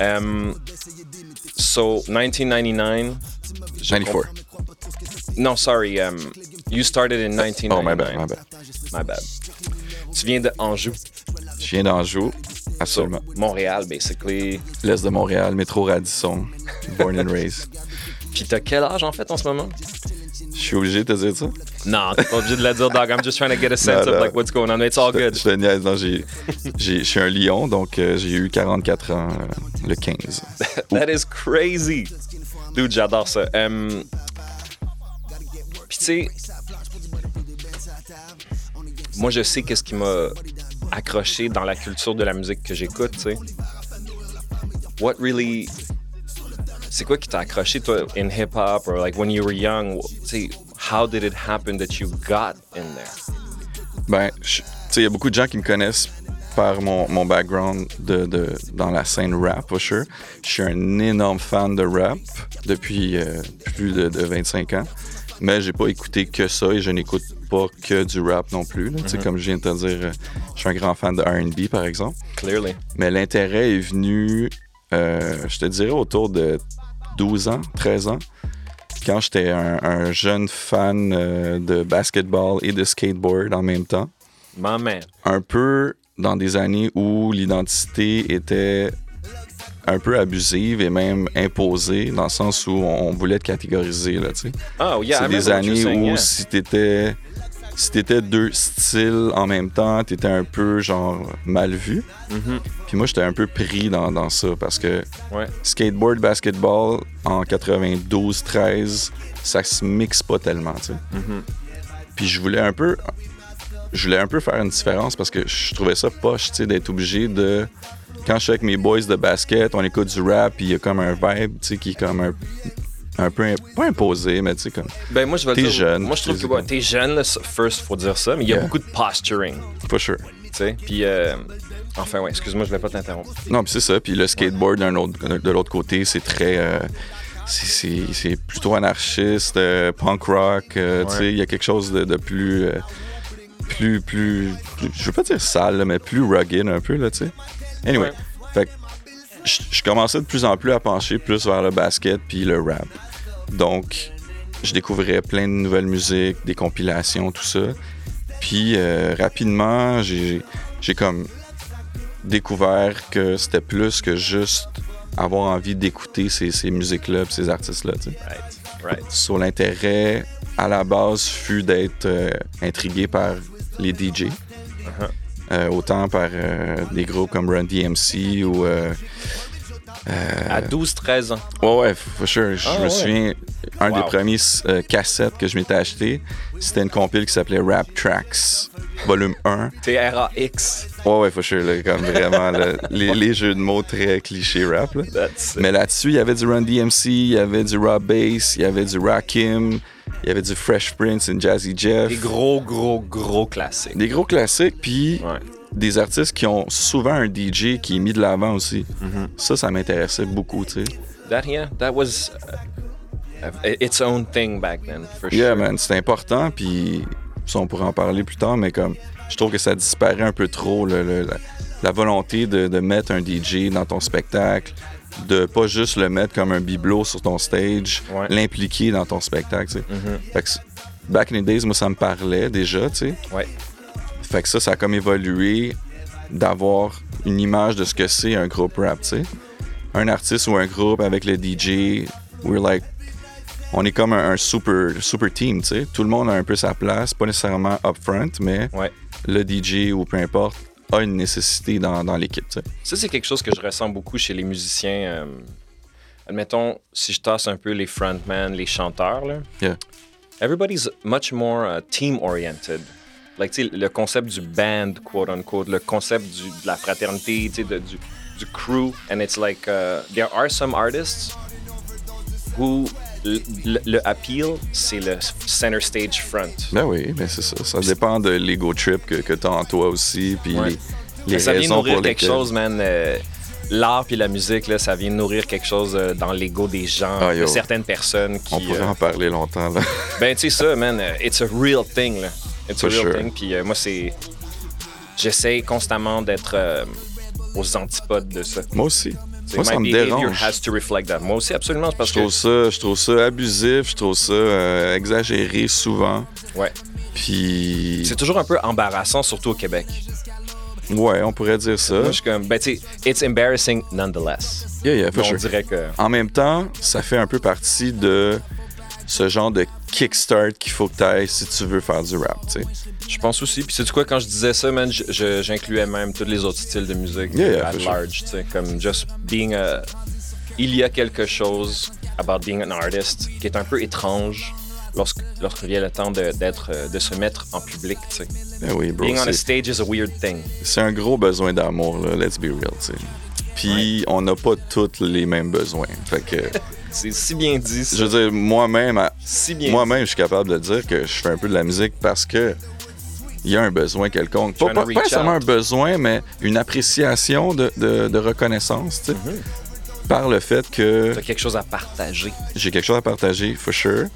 Um, so, 1999... je 94. comp- Non, sorry. um, you started in Oh, my bad, 1999. my bad. My bad. Tu viens de Anjou, Je viens d'Anjou, so, absolument. Montréal, basically. L'Est de Montréal, métro Radisson, born and raised. Puis t'as quel âge, en fait, en ce moment? Je suis obligé de te dire ça? Non, t'es pas obligé de la dire, dog. I'm just trying to get a sense Non, of, non. like, what's going on. It's all Je te- good. Je te niaise, non, j'ai- j'ai- je suis un lion, donc euh, j'ai eu 44 ans euh, le 15. [LAUGHS] That is crazy. Dude, j'adore ça. Euh, Puis tu sais, moi je sais qu'est-ce qui m'a accroché dans la culture de la musique que j'écoute, tu sais. What really c'est quoi qui t'a accroché toi in hip hop or like when you were young, tu sais, how did it happen that you got in there? Ben, je- tu sais, il y a beaucoup de gens qui me connaissent par mon, mon background de, de- dans la scène rap, for sure. Je suis un énorme fan de rap depuis euh, plus de, de 25 ans. Mais j'ai pas écouté que ça et je n'écoute pas que du rap non plus. là. Tu sais, Comme je viens de te dire, euh, je suis un grand fan de RB, par exemple. Clearly. Mais l'intérêt est venu, euh, je te dirais, autour de 12 ans, 13 ans, quand j'étais un, un jeune fan euh, de basketball et de skateboard en même temps. My man. Un peu dans des années où l'identité était un peu abusive et même imposée, dans le sens où on voulait te catégoriser. Là, tu sais. Oh yeah, I C'est remember des what you're années saying, où yeah. si t'étais si t'étais deux styles en même temps, t'étais un peu genre mal vu. Mm-hmm. Puis moi j'étais un peu pris dans, dans ça parce que Ouais. skateboard, basketball en 92-13, ça se mixe pas tellement, tu sais. Puis je voulais un peu je voulais un peu faire une différence parce que je trouvais ça poche, tu sais, d'être obligé de quand je suis avec mes boys de basket, on écoute du rap, puis il y a comme un vibe, tu sais, qui est comme un, un peu imp- pas imposé, mais tu sais comme Ben moi je vais le T'es dire. jeune, Moi je trouve que t'es- ouais, t'es jeune, là, ça- first faut dire ça, mais il y a Yeah. beaucoup de posturing. For sure. Tu tu sais. Puis, euh, enfin, ouais, excuse-moi, je voulais pas t'interrompre. Non, puis c'est ça. Puis le skateboard d'un autre, de l'autre côté, c'est très. euh, c'est- c'est c'est plutôt anarchiste, euh, punk rock. euh, Ouais. Tu sais, il y a quelque chose de, de plus. euh, plus, plus, plus- Je veux pas dire sale, là, mais plus rugged un peu, là, tu sais. Anyway. Ouais. Fait que je je commençais de plus en plus à pencher plus vers le basket puis le rap. Donc, je découvrais plein de nouvelles musiques, des compilations, tout ça. Puis euh, rapidement, j'ai j'ai comme découvert que c'était plus que juste avoir envie d'écouter ces, ces musiques-là, puis ces artistes-là. tu sais. Right, right. Sur l'intérêt, à la base, fut d'être euh, intrigué par les DJ. Uh-huh. Euh, autant par euh, des groupes comme Run DMC ou. euh, À 12-13 ans. Ouais, ouais, for sure. Je Ah, me ouais. souviens, un Wow. des premiers euh, cassettes que je m'étais acheté, c'était une compile qui s'appelait Rap Tracks, volume 1. T-R-A-X. Ouais, ouais, for sure, là, comme vraiment là, les, les jeux de mots très clichés rap. là. That's it. Mais là-dessus, il y avait du Run DMC, il y avait du Rob Bass, il y avait du Rakim, il y avait du Fresh Prince et Jazzy Jeff. Des gros, gros, gros classiques. Des gros classiques, puis Ouais. des artistes qui ont souvent un DJ qui est mis de l'avant aussi. Mm-hmm. Ça, ça m'intéressait beaucoup, tu sais. That, yeah, that was uh, its own thing back then, for Yeah, sure. man, c'est important, puis ça, on pourra en parler plus tard, mais comme je trouve que ça disparaît un peu trop, le- le- la, la volonté de, de mettre un DJ dans ton spectacle, de pas juste le mettre comme un bibelot sur ton stage, Ouais. Mm-hmm. l'impliquer dans ton spectacle, tu sais. Fait que c- back in the days, moi, ça me parlait déjà, tu sais. Ouais. Fait que ça, ça a comme évolué d'avoir une image de ce que c'est un groupe rap, tu sais. Un artiste ou un groupe avec le DJ, we're like, on est comme un, un super, super team, tu sais. Tout le monde a un peu sa place, pas nécessairement upfront, mais Ouais. le DJ ou peu importe a une nécessité dans, dans l'équipe, tu sais. Ça, c'est quelque chose que je ressens beaucoup chez les musiciens. euh, admettons, si je tasse un peu les frontmen, les chanteurs, là, Yeah. everybody's much more uh, team-oriented. Like, tu sais, le concept du band, quote-unquote, le concept du- de la fraternité, tu sais, de- du, du crew. And it's like, uh, there are some artists who l- le, le appeal, c'est le center stage front. Ben oui, ben c'est ça. Ça dépend de l'ego trip que, que t'as en toi aussi, puis Ouais. les, les Mais ça vient raisons nourrir pour quelque lesquelles. chose, man. euh, L'art puis la musique, là, ça vient nourrir quelque chose euh, dans l'ego des gens, Ah, yo. de certaines personnes qui. On pourrait euh, en parler longtemps, là. [LAUGHS] ben, tu sais, ça, man, euh, it's a real thing, là. It's a For real sure. thing. Puis euh, moi, c'est. J'essaie constamment d'être euh, aux antipodes de ça. Moi aussi. C'est Moi, ça my me behavior dérange. has to reflect that. Moi aussi, absolument, c'est parce Je trouve ça, je trouve ça abusif, je trouve ça euh, exagéré souvent. que. Ouais. Puis C'est toujours un peu embarrassant, surtout au Québec. ouais, on pourrait dire ça. Moi, je suis comme. Ben, tu sais, it's embarrassing nonetheless. Yeah, yeah, Mais for on sure. dirait que. En même temps, ça fait un peu partie de ce genre de kickstart qu'il faut que tu ailles si tu veux faire du rap, tu sais. Je pense aussi. Puis, sais-tu quoi, quand je disais ça, man, je- je- j'incluais même tous les autres styles de musique Yeah, yeah, at for sure. large. tu sais, Comme just being a. Il y a quelque chose about being an artist qui est un peu étrange lorsque, lorsqu'il vient le temps de, d'être, euh, de se mettre en public. tu sais. Ben oui, bro, Being on a c'est- stage is a weird thing. c'est un gros besoin d'amour, là, let's be real, tu sais. Puis on n'a pas tous les mêmes besoins. Fait que, C'est si bien dit. ça. je veux dire, moi-même, à- Si bien Moi-même, je suis capable de dire que je fais un peu de la musique parce que il y a un besoin quelconque. Pas, Trying to pas, reach pas nécessairement out. un besoin, mais une appréciation de, de- de reconnaissance, tu sais, Mm-hmm. par le fait que dit. T'as quelque chose à partager. j'ai quelque chose à partager, for sure.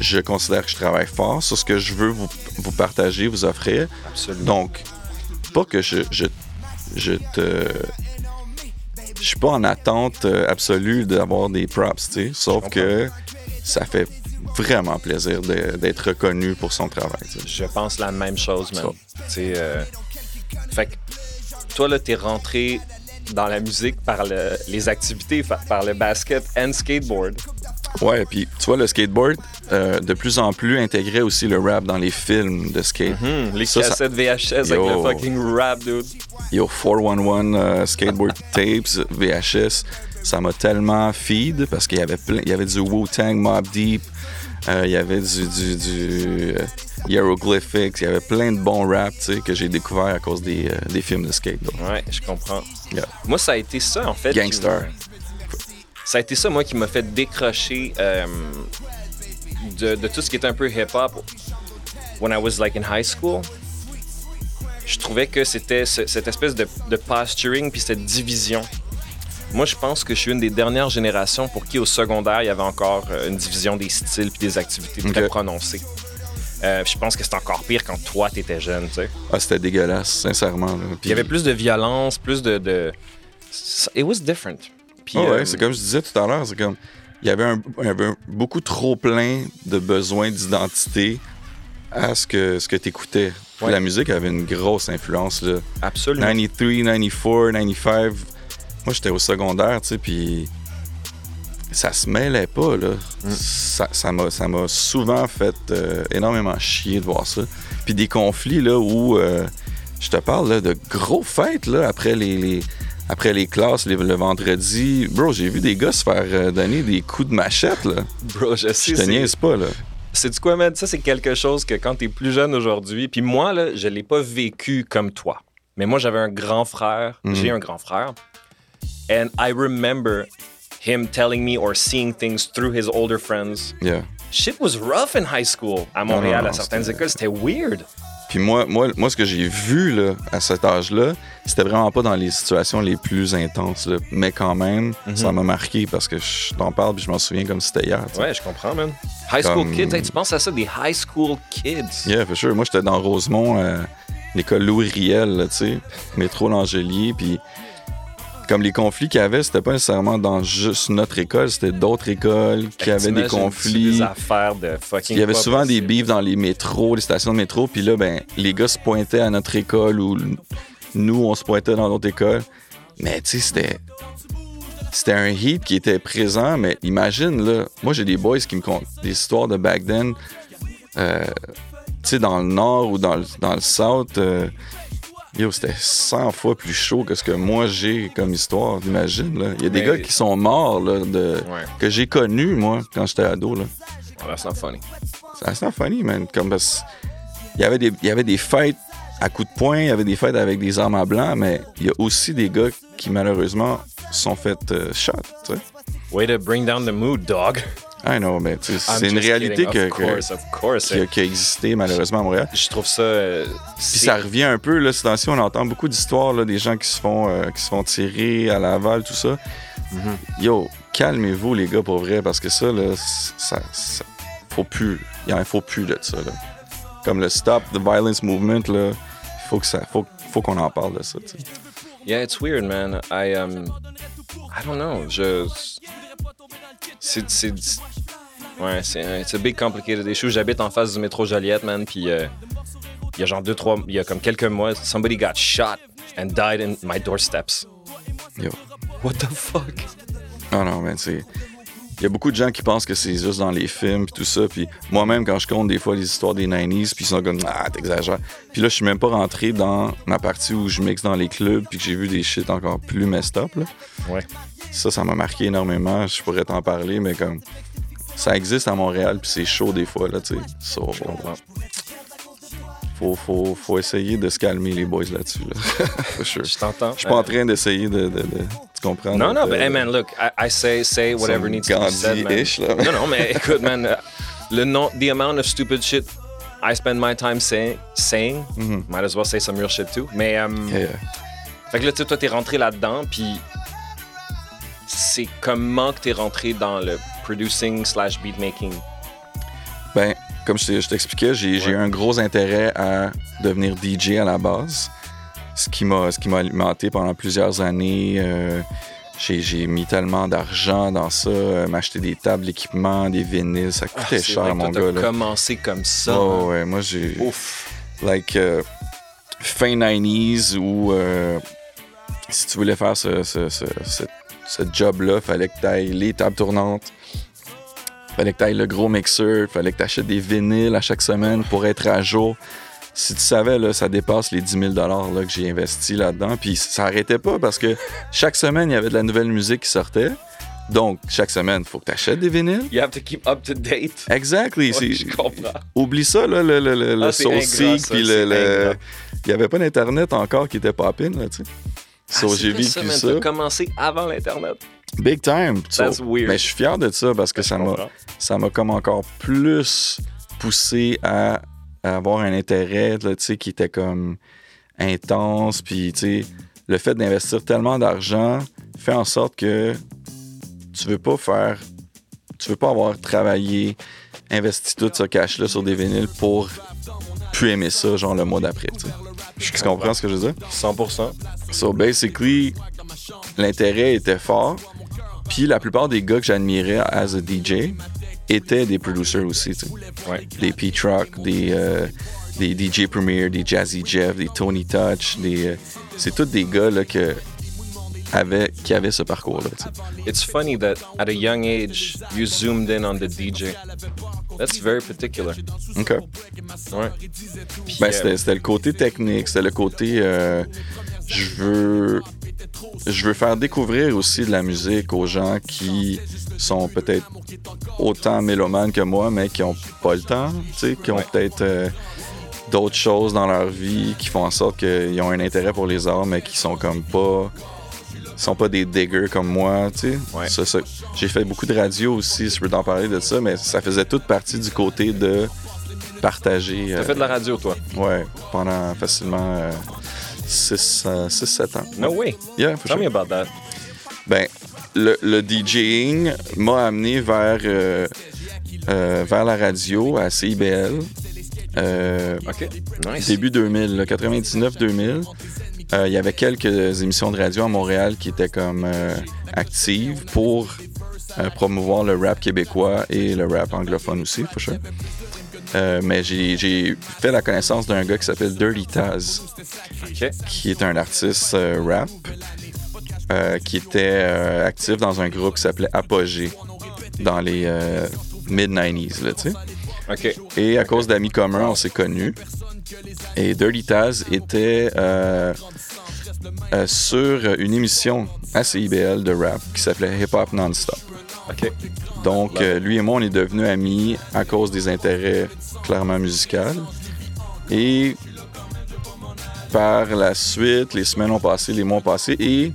Je considère que je travaille fort sur ce que je veux vous, vous partager, vous offrir. Absolument. Donc, pas que je, je, je te. Je suis pas en attente euh, absolue d'avoir des props, tu sais. Sauf comprends. que ça fait vraiment plaisir de- d'être reconnu pour son travail. tu sais. Je pense la même chose, man. Ça. Tu sais, euh, fait que toi, là, t'es rentré dans la musique par le- les activités, fa- par le basket and skateboard. Ouais, puis tu vois, le skateboard, euh, de plus en plus intégrait aussi le rap dans les films de skate. Hmm, les Mhm. Ça, ça- cassettes VHS avec le Yo. fucking rap, dude. Yo, 411 euh, skateboard [LAUGHS] tapes, VHS, ça m'a tellement feed parce qu'il y avait plein, il y avait du Wu-Tang, Mob Deep, euh, il y avait du, du, du euh, Hieroglyphics, il y avait plein de bons rap, tu sais, que j'ai découvert à cause des, euh, des films de skate. donc, Ouais, je comprends. yeah. Moi, ça a été ça, en fait. qui- Gangster. ça a été ça, moi, qui m'a fait décrocher euh, de, de tout ce qui était un peu hip-hop when I was like in high school. je trouvais que c'était ce- cette espèce de, de posturing puis cette division. Moi, je pense que je suis une des dernières générations pour qui au secondaire, il y avait encore euh, une division des styles puis des activités très Ok. prononcées. Euh, je pense que c'était encore pire quand toi, t'étais jeune, tu sais. Ah, c'était dégueulasse, sincèrement. là. Il y avait plus de violence, plus de... de... It was different. Puis, Ah ouais, euh, c'est comme je disais tout à l'heure, c'est comme il y avait un, il y avait un- beaucoup trop plein de besoins d'identité à ce que ce que t'écoutais. Puis Ouais. La musique avait une grosse influence là. Absolument. 93, 94, 95. Moi, j'étais au secondaire, tu sais, puis ça se mêlait pas, là. Ça ça m'a ça m'a souvent fait euh, énormément chier de voir ça. Puis des conflits, là, où euh, je te parle là, de gros fêtes, là, après les, les- après les classes, les- le vendredi. Bro, j'ai vu des gars se faire euh, donner des coups de machette, là. Bro, je sais, Je te c'est- niaise pas, là. C'est du quoi, man? Ça, c'est quelque chose que quand t'es plus jeune aujourd'hui, puis moi, là, je l'ai pas vécu comme toi. Mais moi, j'avais un grand frère. Mhm. J'ai un grand frère. And I remember him telling me or seeing things through his older friends. Yeah. Shit was rough in high school. À Montréal, non, à non, certaines écoles, c'était weird. Puis moi, moi, moi, ce que j'ai vu là, à cet âge-là, c'était vraiment pas dans les situations les plus intenses. là. Mais quand même, Mhm. ça m'a marqué parce que je t'en parle puis je m'en souviens comme si c'était hier. tu sais. Ouais, je comprends, man. High school Comme- kids, hey, tu penses à ça, des high school kids. Yeah, for sure. Moi, j'étais dans Rosemont, euh, l'école Louis Riel, là, tu sais, métro Langelier. Puis comme les conflits qu'il y avait, c'était pas nécessairement dans juste notre école, c'était d'autres écoles qui avaient des T'imagines-tu conflits. Des affaires de fucking. Il y avait pas souvent des possible? bifs dans les métros, les stations de métro, puis là, ben, les gars se pointaient à notre école ou nous, on se pointait dans notre école. Mais tu sais, c'était. C'était un hit qui était présent, mais imagine, là, moi j'ai des boys qui me comptent des histoires de back then, euh, tu sais, dans le nord ou dans le, dans le south, euh, yo, c'était 100 fois plus chaud que ce que moi j'ai comme histoire, imagine, là. Il y a des Mais- gars qui sont morts, là, de, Ouais. que j'ai connus, moi, quand j'étais ado, là. Oh, that's not funny. C'est not funny, man. Comme parce il y avait des, il y avait des fêtes à coups de poing, il y avait des fêtes avec des armes à blanc, mais il y a aussi des gars qui malheureusement se sont fait euh, shot. tu sais. Way to bring down the mood, dog. I know, mais tu sais, I'm c'est une just réalité kidding. que, Of que- course, of course. eh. qui, a, qui a existé malheureusement à Montréal. Je trouve ça. euh, Puis c'est- ça revient un peu, là, ces temps-ci, on entend beaucoup d'histoires là, des gens qui se font euh, qui se font tirer à l'aval, tout ça. Yo, calmez-vous les gars pour vrai, parce que ça, là, c- ça, ça- faut plus. Il en faut plus de ça. là. Comme le Stop the Violence Movement, là, faut que ça. Faut, faut qu'on en parle de ça. tu sais. Yeah, it's weird, man. I um, I don't know. Je. C'est, c'est, ouais, c'est un- it's a big complicated issue. J'habite en face du métro Joliette, man. Puis euh, il y a genre deux, trois, il y a comme quelques mois, somebody got shot and died in my doorsteps. Yo. What the fuck? Non, Ah non, mais c'est. Il y a beaucoup de gens qui pensent que c'est juste dans les films puis tout ça. Puis moi-même, quand je compte des fois les histoires des 90s, puis ils sont comme Ah, t'exagères. Puis là, je suis même pas rentré dans ma partie où je mixe dans les clubs puis que j'ai vu des shit encore plus messed up. là. Ouais. Ça, ça m'a marqué énormément. Je pourrais t'en parler, mais comme. Ça existe à Montréal puis c'est chaud des fois, là, tu sais. So, Je comprends. faut, faut, faut essayer de se calmer, les boys, là-dessus. Là. [LAUGHS] For sure. Je Je t'entends. suis pas en train d'essayer de, de- de- Tu comprends? Non, non, de- mais hey man, look, I, I say, say whatever Euh, Some needs to be said, man. Gandhi-ish, là. Non, non, mais écoute, man, euh, le nom, the amount of stupid shit I spend my time saying, saying might as well say some real shit too. Mais, euh, Mm-hmm. Yeah. fait que là, tu sais, toi, t'es rentré là-dedans, puis c'est comment que t'es rentré dans le producing slash beatmaking? Ben, comme je t'ai- je t'expliquais, j'ai j'ai eu un gros intérêt à devenir DJ à la base, ce qui m'a ce qui m'a alimenté pendant plusieurs années. euh, j'ai- j'ai mis tellement d'argent dans ça, euh, m'acheter des tables, l'équipement, des vinyles, ça coûtait Ah, C'est vrai Ah, cher, que mon toi, gars. T'as Là. commencé comme ça. hein. Oh, ouais, moi, j'ai. Ouf. like euh, fin 90s où euh, si tu voulais faire ce, ce, ce, ce, ce job-là, fallait que tu ailles les tables tournantes, fallait que tu ailles le gros mixeur, fallait que tu achètes des vinyles à chaque semaine pour être à jour. Si tu savais, là, ça dépasse les 10 000 là, que j'ai investi là-dedans. Puis ça arrêtait pas parce que chaque semaine, il y avait de la nouvelle musique qui sortait. Donc, chaque semaine, il faut que tu achètes des vinyles. You have to keep up to date. Exactly. Ouais, c'est- je comprends. Oublie ça, là, le, le, le, Ah, le c'est Soul ingrat, Seek, ça, puis c'est le. le- ingrat. Il n'y avait pas d'Internet encore qui était poppin, là, tu sais. So, Ah, c'est j'ai vrai, vécu ça, ça. man, T'as commencé avant l'Internet. Big time. So, That's weird. Mais je suis fier de ça parce que ça m'a, comprends. ça m'a comme encore plus poussé à, à avoir un intérêt, là, tu sais, qui était comme intense. Puis, tu sais, le fait d'investir tellement d'argent fait en sorte que tu veux pas faire. Tu veux pas avoir travaillé, investi tout ce cash-là sur des vinyles pour plus aimer ça, genre le mois d'après, tu sais. Je Tu comprends ce que je veux dire? 100%. So basically, l'intérêt était fort. Puis la plupart des gars que j'admirais as a DJ étaient des producers aussi. tu sais. Ouais. Des P-Truck, des, euh, des DJ Premier, des Jazzy Jeff, des Tony Touch. Des, euh, c'est tous des gars là, que, avaient, qui avaient ce parcours-là. tu sais. It's funny that at a young age, you zoomed in on the DJ. That's very particular. OK. Ouais. Puis, Ben, euh, c'était, c'était le côté technique, c'était le côté euh, je veux je veux faire découvrir aussi de la musique aux gens qui sont peut-être autant mélomanes que moi, mais qui n'ont pas le temps, tu sais, qui ont Ouais. peut-être euh, d'autres choses dans leur vie qui font en sorte qu'ils ont un intérêt pour les arts, mais qui sont comme pas sont pas des diggers comme moi, tu sais. Ouais. Ça, ça- j'ai fait beaucoup de radio aussi, je peux t'en parler de ça, mais ça faisait toute partie du côté de partager. T'as euh, fait de la radio, toi? Ouais, pendant facilement euh, 6-7 ans. No way. Yeah, for Tell sure. me about that. Ben, le, le DJing m'a amené vers, euh, euh, vers la radio à CIBL. euh, OK. Nice. début 2000, 99-2000. Euh, il y avait quelques émissions de radio à Montréal qui étaient comme euh, actives pour euh, promouvoir le rap québécois et le rap anglophone aussi, for sure. Euh, mais j'ai j'ai fait la connaissance d'un gars qui s'appelle Dirty Taz OK. qui est un artiste euh, rap euh, qui était euh, actif dans un groupe qui s'appelait Apogée dans les euh, mid-90s. Là, tu sais. OK. Et à cause d'amis communs, on s'est connus. Et Dirty Taz était euh, euh, sur une émission à CIBL de rap qui s'appelait Hip Hop Non-Stop. OK. Donc, euh, lui et moi, on est devenus amis à cause des intérêts clairement musicaux. Et par la suite, les semaines ont passé, les mois ont passé, et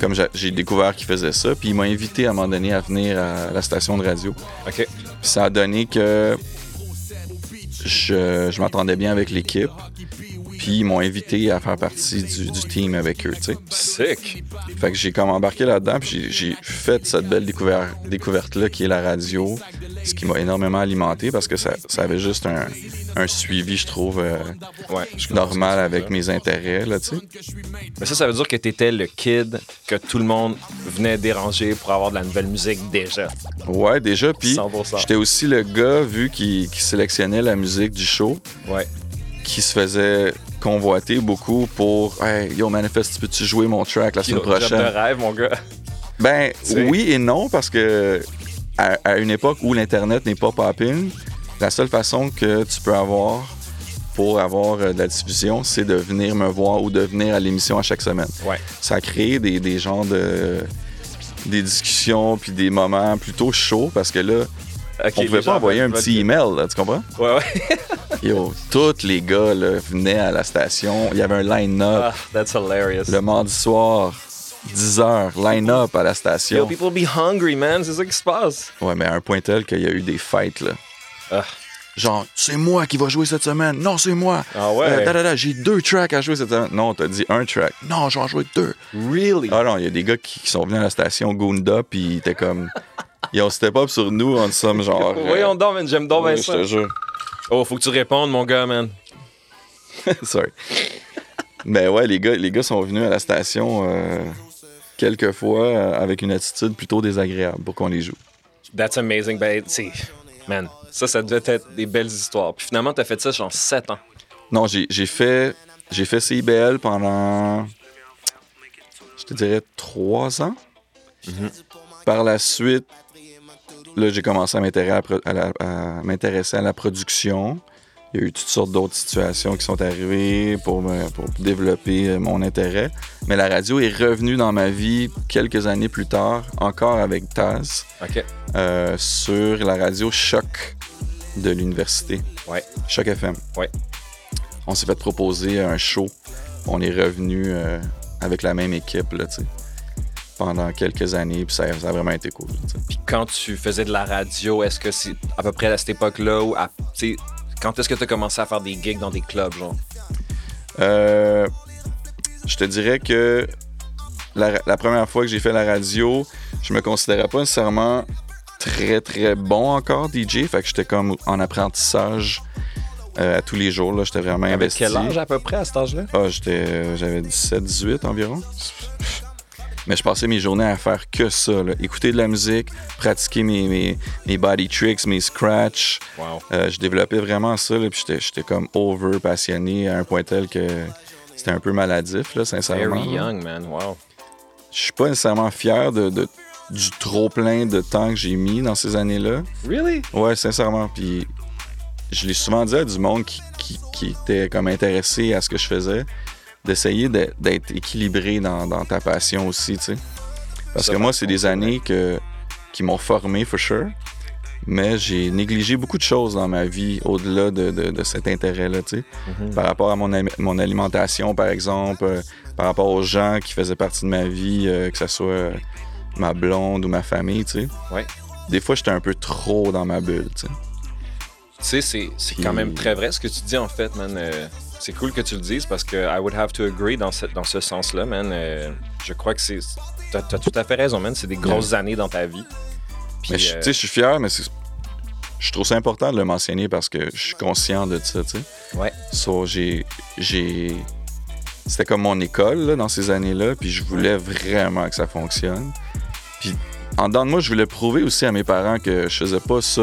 comme j'a- j'ai découvert qu'il faisait ça, puis il m'a invité à un moment donné à venir à la station de radio. OK. Puis ça a donné que je, je m'entendais bien avec l'équipe, puis ils m'ont invité à faire partie du, du team avec eux, tu sais. Sick. Fait que j'ai comme embarqué là-dedans, puis j'ai- j'ai fait cette belle découverte, découverte-là qui est la radio, ce qui m'a énormément alimenté parce que ça, ça avait juste un, un suivi, je trouve, euh, Ouais. je comprends normal ce que avec tu mes intérêts, là, tu sais. veux. Mais ça, ça veut dire que t'étais le kid que tout le monde venait déranger pour avoir de la nouvelle musique déjà. Ouais, déjà, puis 100%. j'étais aussi le gars, vu qui, qui sélectionnait la musique du show, Ouais. qui se faisait convoiter beaucoup pour « Hey, yo, Manifest, peux-tu jouer mon track la semaine Yo, job de prochaine? rêve, mon gars. » Ben, sais. oui et non, parce que à, à une époque où l'Internet n'est pas popping, la seule façon que tu peux avoir pour avoir euh, de la diffusion, c'est de venir me voir ou de venir à l'émission à chaque semaine. Ouais. Ça crée des, des genres de... des discussions puis des moments plutôt chauds parce que là, OK. on pouvait les gens pas envoyer un veulent- petit email, là, tu [LAUGHS] comprends? Ouais, ouais. [LAUGHS] Yo, tous les gars là, venaient à la station, il y avait un line-up Ah, that's hilarious. le mardi soir, 10h, line-up à la station. Yo, people be hungry, man. C'est ça qui se passe. Ouais, mais à un point tel qu'il y a eu des fêtes, là. Ah. Genre, c'est moi qui va jouer cette semaine. Non, c'est moi. Ah ouais? Euh, da, da, da, j'ai deux tracks à jouer cette semaine. Non, t'as dit un track. Non, je vais en jouer deux. Really? Ah non, il y a des gars qui, qui sont venus à la station Goonda, puis ils étaient comme. [LAUGHS] ils ont step up sur nous en somme, genre. euh, [LAUGHS] Voyons donc, man. J'aime donc bien oui, je ça. te jure. [LAUGHS] Oh, faut que tu répondes, mon gars, man. Sorry. Mais ouais, les gars, les gars sont venus à la station euh, quelques fois euh, avec une attitude plutôt désagréable pour qu'on les joue. That's amazing. Ben, c'est... Man, ça, ça devait être des belles histoires. Puis finalement, t'as fait ça genre 7 ans. Non, j'ai j'ai fait, j'ai fait CIBL pendant, je te dirais, trois ans. Par la suite, là, j'ai commencé à m'intéresser à, la pro- à la- à m'intéresser à la production. Il y a eu toutes sortes d'autres situations qui sont arrivées pour, me- pour développer euh, mon intérêt. Mais la radio est revenue dans ma vie quelques années plus tard, encore avec Taz, OK. euh, sur la radio Choc de l'université. Ouais. Choc FM. Ouais. On s'est fait proposer un show. On est revenu euh, avec la même équipe là, tu sais, pendant quelques années. Puis ça, ça a vraiment été cool. tu sais. Puis quand tu faisais de la radio, est-ce que c'est à peu près à cette époque-là ou à... tu sais, Quand est-ce que t'as commencé à faire des gigs dans des clubs, genre? Euh, je te dirais que la, ra- la première fois que j'ai fait la radio, je me considérais pas nécessairement très très bon encore DJ. Fait que j'étais comme en apprentissage euh, à tous les jours. là. J'étais vraiment Avec investi. quel âge à peu près à cet âge-là? Ah, j'étais, euh, j'avais 17, 18 environ. Mais je passais mes journées à faire que ça. là. Écouter de la musique, pratiquer mes, mes, mes body tricks, mes scratch. Wow. Euh, je développais vraiment ça, là, puis j'étais, j'étais comme over passionné à un point tel que c'était un peu maladif, là, sincèrement. Very young, man. Wow. Je suis pas nécessairement fier de, de- du trop plein de temps que j'ai mis dans ces années-là. Really? Ouais, sincèrement. Puis je l'ai souvent dit à du monde qui, qui, qui était comme intéressé à ce que je faisais, d'essayer de- d'être équilibré dans, dans ta passion aussi, tu sais. Parce Ça, que par moi, c'est des contre, années que, qui m'ont formé, for sure. Mais j'ai négligé beaucoup de choses dans ma vie au-delà de, de- de cet intérêt-là, tu sais. Par rapport à mon, ami- mon alimentation, par exemple, euh, par rapport aux gens qui faisaient partie de ma vie, euh, que ce soit euh, ma blonde ou ma famille, tu sais. Ouais. Des fois, j'étais un peu trop dans ma bulle, tu sais. Tu sais, c'est c'est quand même très vrai ce que tu dis en fait, man. Euh, c'est cool que tu le dises parce que I would have to agree dans ce, dans ce sens-là, man. Euh, je crois que c'est. T'as as tout à fait raison, man. C'est des grosses années dans ta vie. Puis, Mais je, euh, tu sais, je suis fier, mais c'est- je trouve ça important de le mentionner parce que je suis conscient de ça, tu sais. Ouais. So, j'ai... j'ai- C'était comme mon école, là, dans ces années-là, puis je voulais vraiment que ça fonctionne. Puis, en dedans de moi, je voulais prouver aussi à mes parents que je faisais pas ça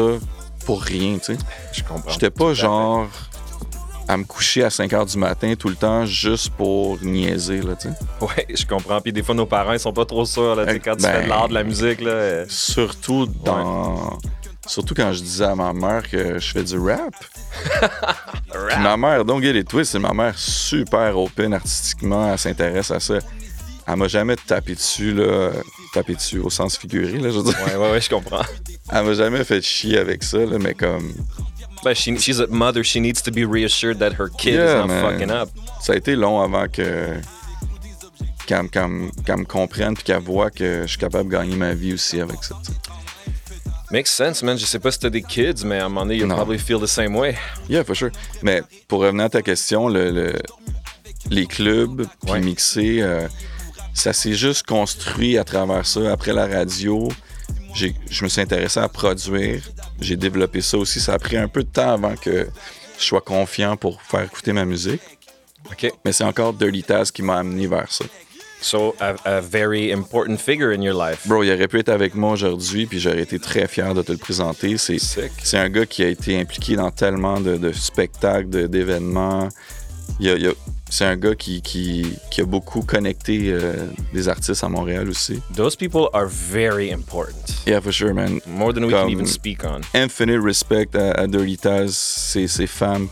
pour rien, tu sais. je comprends. J'étais pas Ah, fait. genre à me coucher à 5 heures du matin tout le temps juste pour niaiser, là, tu sais. [LAUGHS] Ouais, je comprends. Puis des fois, nos parents, ils sont pas trop sûrs, là. Tu sais, Euh, quand tu ben- fais de l'art, de la musique, là. euh, Surtout dans. Surtout quand je disais à ma mère que je fais du rap. Puis ma mère, donc, elle est twist, c'est ma mère super open artistiquement, elle s'intéresse à ça. Elle m'a jamais tapé dessus, là, tapé dessus au sens figuré, là, je veux dire. Ouais, ouais, ouais, je comprends. [LAUGHS] Elle m'a jamais fait chier avec ça, là, mais comme. Ben, she- she's a mother. She needs to be reassured that her kid is Yeah, not man. fucking up. Ça a été long avant que. qu'elle me- qu'elle me- qu'elle me comprenne, puis qu'elle voit que je suis capable de gagner ma vie aussi avec ça, tu sais. Makes sense, man. Je sais pas si t'as des kids, mais à un moment donné, you'll Non. probably feel the same way. Yeah, for sure. Mais pour revenir à ta question, le, le- les clubs, puis Ouais. mixer, euh, ça s'est juste construit à travers ça. Après la radio, j'ai- je me suis intéressé à produire. J'ai développé ça aussi. Ça a pris un peu de temps avant que je sois confiant pour faire écouter ma musique. OK? Mais c'est encore Dirty Taz qui m'a amené vers ça. So, a, a very important figure in your life. Bro, il aurait pu être avec moi aujourd'hui, puis j'aurais été très fier de te le présenter. C'est Sick. c'est un gars qui a été impliqué dans tellement de, de spectacles, de- d'événements. Il a- il a- c'est un gars qui, qui- qui a beaucoup connecté euh, des artistes à Montréal aussi. Those people are very important. Yeah, for sure, man. More than we can Comme- even speak on. Infinite respect à, à Dirty Taz, ses, ses femmes.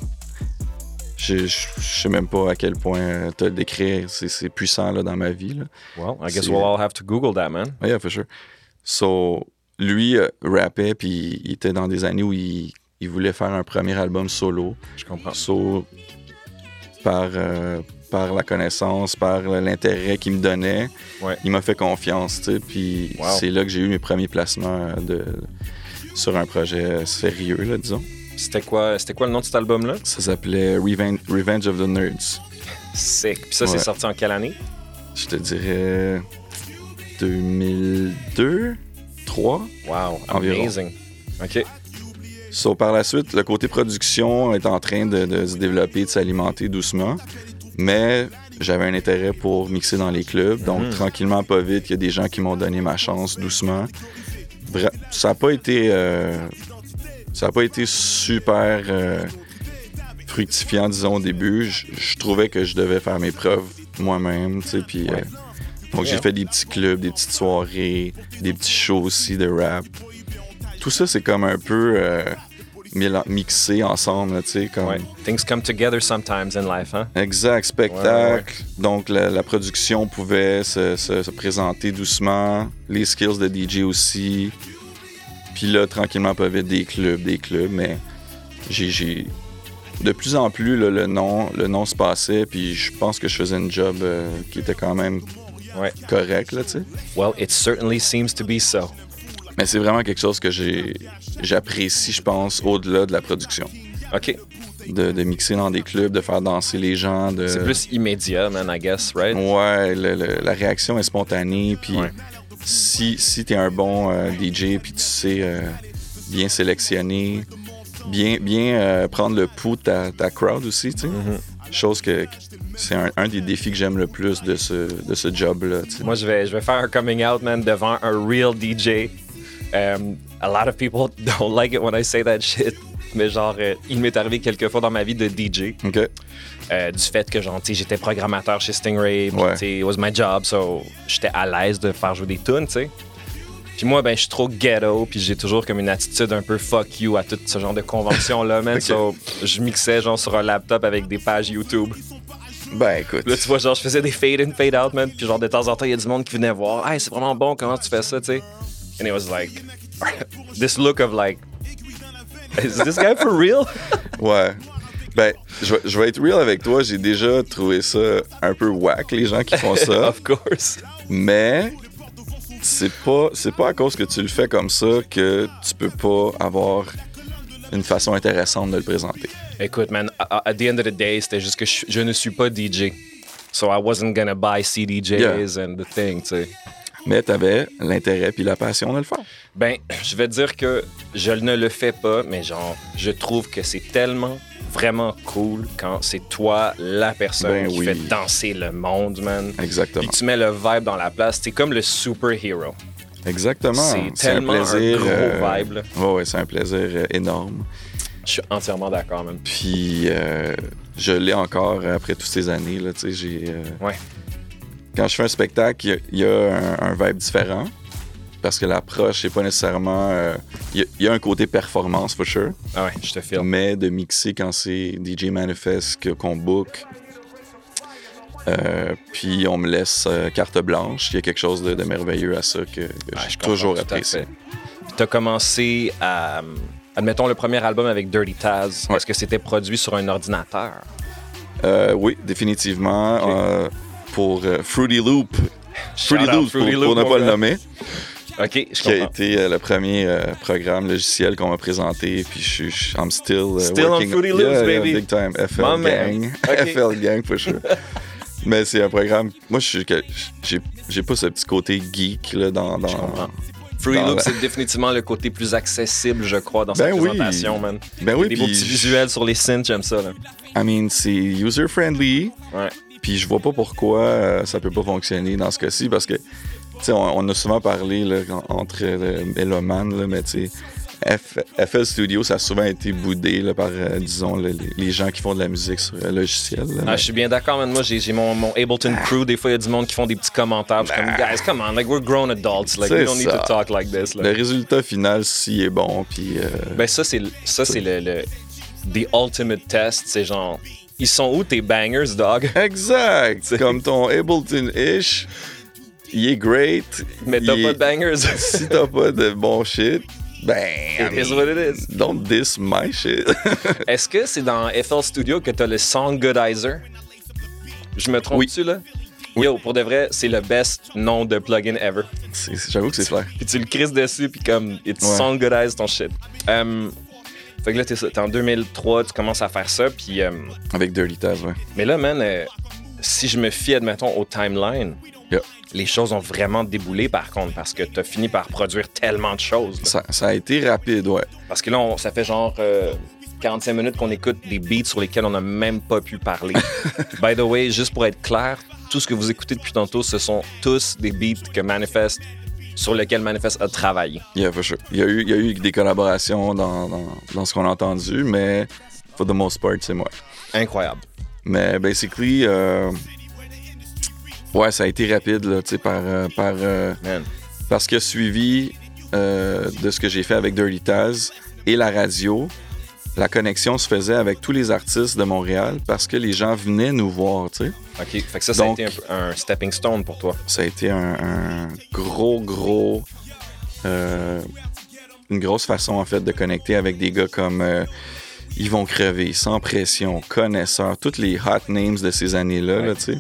Je, je, je sais même pas à quel point euh, te le décrire. C'est c'est puissant là, dans ma vie. Là. Well, I guess C'est- we'll all have to Google that, man. Yeah, for sure. So, lui euh, rappait, puis il était dans des années où il, il voulait faire un premier album solo. Je comprends. So, par, euh, par la connaissance, par l'intérêt qu'il me donnait, Ouais. il m'a fait confiance, tu sais. Puis Wow. c'est là que j'ai eu mes premiers placements euh, de, sur un projet sérieux, là, disons. C'était quoi, c'était quoi le nom de cet album-là? Ça s'appelait Reven- Revenge of the Nerds. Sick. Puis ça, c'est Ouais. sorti en quelle année? Je te dirais 2002, 3. Wow, Environ. amazing. OK. So, par la suite, le côté production est en train de, de se développer, de s'alimenter doucement. Mais j'avais un intérêt pour mixer dans les clubs. Donc, Mhm. tranquillement, pas vite, il y a des gens qui m'ont donné ma chance doucement. Vra- ça n'a pas été. euh, ça a pas été super euh, fructifiant, disons, au début. Je- Je trouvais que je devais faire mes preuves moi-même, tu sais. Puis. Ouais. euh, donc, j'ai Yeah. fait des petits clubs, des petites soirées, des petits shows aussi de rap. Tout ça, c'est comme un peu euh, méla- mixé ensemble, là, tu sais, comme... Ouais. Things come together sometimes in life, hein? Exact, spectacle. Ouais, ouais, ouais. Donc, la, la production pouvait se, se- se présenter doucement. Les skills de DJ aussi. Puis là, tranquillement, pas vite, des clubs, des clubs. Mais j'ai- j'ai... De plus en plus, là, le, nom, le nom se passait. Puis je pense que je faisais une job euh, qui était quand même Ouais. correcte, là, tu sais. Well, it certainly seems to be so. Mais c'est vraiment quelque chose que j'ai j'apprécie, je pense, au-delà de la production. OK. de, de mixer dans des clubs, de faire danser les gens. De... C'est plus immédiat, man, I guess, right? Ouais, le- le- la réaction est spontanée. Puis Ouais. si, si t'es un bon euh, DJ, puis tu sais euh, bien sélectionner, bien, bien euh, prendre le pouls de ta, ta crowd aussi, tu sais. Mm-hmm. Chose que c'est un, un des défis que j'aime le plus de ce, de ce job-là, tu sais. Moi, je vais, je vais faire un coming out, man, devant un real DJ. Um, a lot of people [LAUGHS] don't like it when I say that shit. Mais genre, euh, il m'est arrivé quelques fois dans ma vie de DJ. OK. euh, du fait que genre, tu sais, j'étais programmateur chez Stingray, puis, Ouais. tu sais, it was my job, so j'étais à l'aise de faire jouer des tunes, tu sais. Puis moi, ben, je suis trop ghetto, puis j'ai toujours comme une attitude un peu fuck you à tout ce genre de convention-là, man. [LAUGHS] Ok. So, je mixais genre sur un laptop avec des pages YouTube. Ben écoute. Là, tu vois, genre, je faisais des fade-in, fade-out, man. Puis genre, de temps en temps, il y a du monde qui venait voir. Hey, c'est vraiment bon, comment tu fais ça, tu sais. And it was like, [LAUGHS] this look of like, is this guy for real? Ouais. Ben, je, vais- je vais être real avec toi. J'ai déjà trouvé ça un peu whack, les gens qui font [LAUGHS] ça. of course. mais c'est pas, c'est pas à cause que tu le fais comme ça que tu peux pas avoir une façon intéressante de le présenter. Écoute, man, a- a- at the end of the day, c'était juste que je, je ne suis pas DJ. So I wasn't gonna buy CDJs Yeah. and the thing, tu sais. Mais t'avais l'intérêt puis la passion de le faire. Ben, je vais dire que je ne le fais pas, mais genre, je trouve que c'est tellement vraiment cool quand c'est toi la personne Ben qui oui. fait danser le monde, man. Puis Exactement. que tu mets le vibe dans la place, c'est comme le superhero. Exactement. C'est tellement un gros vibe, là. euh, ouais, ouais, c'est un plaisir euh, énorme. Je suis entièrement d'accord, man. Puis euh, je l'ai encore après toutes ces années. Là, tu sais, j'ai, euh, Ouais. Quand je fais un spectacle, il y a- il y, a un, un vibe différent. Parce que l'approche, c'est pas nécessairement. euh, Il y a- il y, a un côté performance, for sure. Ah ouais, je te filme. Mais de mixer quand c'est DJ Manifest que- qu'on book. euh, puis on me laisse euh, carte blanche. Il y a quelque chose de, de merveilleux à ça que, que Ouais, j'ai je toujours comprends tout à apprécié. fait. Puis t'as commencé à. euh, Admettons le premier album avec Dirty Taz. Ouais. Est-ce que c'était produit sur un ordinateur? Euh, oui, définitivement. Ok. euh, pour euh, Fruity Loop, Fruity Shout out Loops, pour, Fruity pour Loops, ne pas mon le gars. nommer, Ok, je qui a comprends. été euh, le premier euh, programme logiciel qu'on m'a présenté. Puis je suis, je- I'm still, euh, Still on working- Fruity Loops, Yeah, yeah, baby. big time. FL My man. [LAUGHS] gang. Ok. FL gang, [LAUGHS] for sure. Mais c'est un programme. Moi, je suis que- j'ai j'ai pas ce petit côté geek là, dans. dans- Je comprends. Free Dans Loop, la- c'est définitivement le côté plus accessible, je crois, dans Ben cette oui. présentation, man. Ben oui, Des beaux puis petits je- visuels sur les synths, j'aime ça, là. I mean, c'est user friendly. Ouais. Puis je vois pas pourquoi euh, ça peut pas fonctionner dans ce cas-ci parce que, tu sais, on, on a souvent parlé là, en- entre euh, mélomanes, là, mais tu sais, F- FL Studio, ça a souvent été boudé là, par, euh, disons, le- les- les gens qui font de la musique sur le logiciel. là, Ah, mais- je suis bien d'accord, man. Moi, j'ai j'ai mon, mon Ableton Ah. Crew. Des fois, il y a du monde qui font des petits commentaires. Je suis comme, guys, come on, like, we're grown adults. Like, we Bah. C'est don't need ça. to talk like this. là. le résultat final, si est bon, puis euh, Ben ça c'est ça c'est le, le the ultimate test, c'est genre ils sont où tes bangers dog [LAUGHS] exact, [LAUGHS] comme ton Ableton-ish, il est great. Mais t'as il pas est- de bangers. [LAUGHS] Si t'as pas de bon shit, ben, It [LAUGHS] is what it is. don't diss my shit. [LAUGHS] Est-ce que c'est dans FL Studio que t'as le song goodizer Je me trompe tu là Yo, pour de vrai, c'est le best nom de plugin ever. C'est- J'avoue que c'est clair. Puis tu le crises dessus, puis comme, it Ouais. song goodize ton shit. Euh, fait que là, t'es ça, t'es en 2003, tu commences à faire ça, puis euh, Avec Dirty Taz, ouais. Mais là, man, euh, si je me fie, admettons, au timeline, Yeah. les choses ont vraiment déboulé, par contre, parce que t'as fini par produire tellement de choses. là. Ça, ça a été rapide, ouais. Parce que là, on- ça fait genre euh, 45 minutes qu'on écoute des beats sur lesquels on n'a même pas pu parler. By the way, juste pour être clair, tout ce que vous écoutez depuis tantôt, ce sont tous des beats que Manifest, sur lesquels Manifest a travaillé. Yeah, for sure. Il y a eu, il y a eu des collaborations dans, dans- dans ce qu'on a entendu, mais for the most part, c'est moi. Incroyable. Mais basically, euh, ouais, ça a été rapide, là, tu sais, par, euh, par, euh, Man. parce que suivi euh, de ce que j'ai fait avec Dirty Taz et la radio, la connexion se faisait avec tous les artistes de Montréal parce que les gens venaient nous voir, tu sais. OK. Fait que ça, ça Donc- a été un peu un, stepping stone pour toi. ça a été un, un gros, gros. euh, une grosse façon, en fait, de connecter avec des gars comme euh, Yvon Crevé, Sans Pression, Connaisseur, toutes les hot names de ces années-là, là, Ouais. tu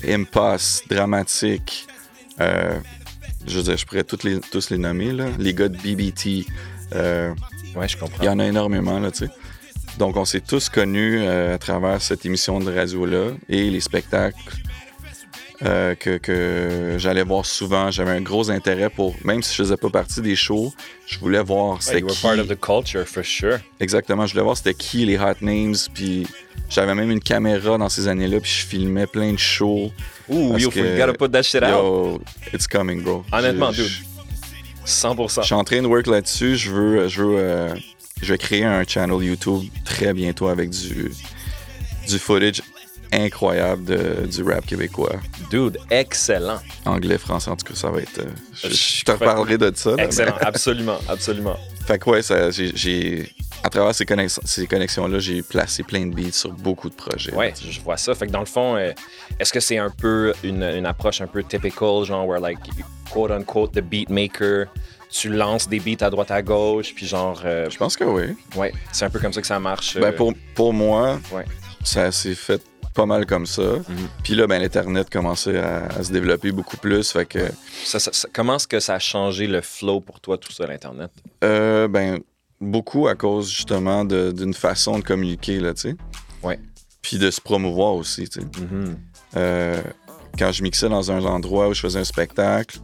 sais. Impasse, Dramatique, euh, je veux dire, je pourrais toutes les, tous les nommer, là. Les gars de BBT, euh, Ouais, je comprends. il y en a énormément, là, tu sais. Donc, on s'est tous connus euh, à travers cette émission de radio-là et les spectacles euh, que, que j'allais voir souvent. J'avais un gros intérêt pour, même si je faisais pas partie des shows, je voulais voir Yeah, c'était you were qui. part of the culture for sure. Exactement, je voulais voir c'était qui les hot names. Puis j'avais même une caméra dans ces années-là, puis je filmais plein de shows. Ooh, Parce you que- gotta put that shit out. Yo, it's coming, bro. Honnêtement, Je- dude. je- 100%. Je suis en train de work là-dessus. Je veux, je veux, euh, je vais créer un channel YouTube très bientôt avec du, du footage incroyable de- du rap québécois, Dude, excellent. anglais, français. En tout cas, ça va être. euh, je, Je je te crois- reparlerai de ça. là, mais- Excellent, absolument, absolument. Fait que ouais, ça- j'ai- j'ai, à travers ces, connexions- ces connexions-là, j'ai placé plein de beats sur beaucoup de projets. Ouais, je vois ça. Fait que dans le fond, euh, est-ce que c'est un peu une, une approche un peu typical, genre where like quote unquote the beat maker, tu lances des beats à droite à gauche, puis genre euh, Je pense que oui. ouais, c'est un peu comme ça que ça marche. Ben euh, pour, pour moi, ouais. ça s'est fait pas mal comme ça. Mhm. Puis là, ben, l'Internet commençait à, à se développer beaucoup plus. Fait que, Ça- ça- ça- comment est-ce que ça a changé le flow pour toi tout ça l'internet euh, ben, beaucoup à cause justement de- d'une façon de communiquer, là, tu sais. Ouais. Puis de se promouvoir aussi, tu sais. Mhm. Euh, quand je mixais dans un endroit où je faisais un spectacle,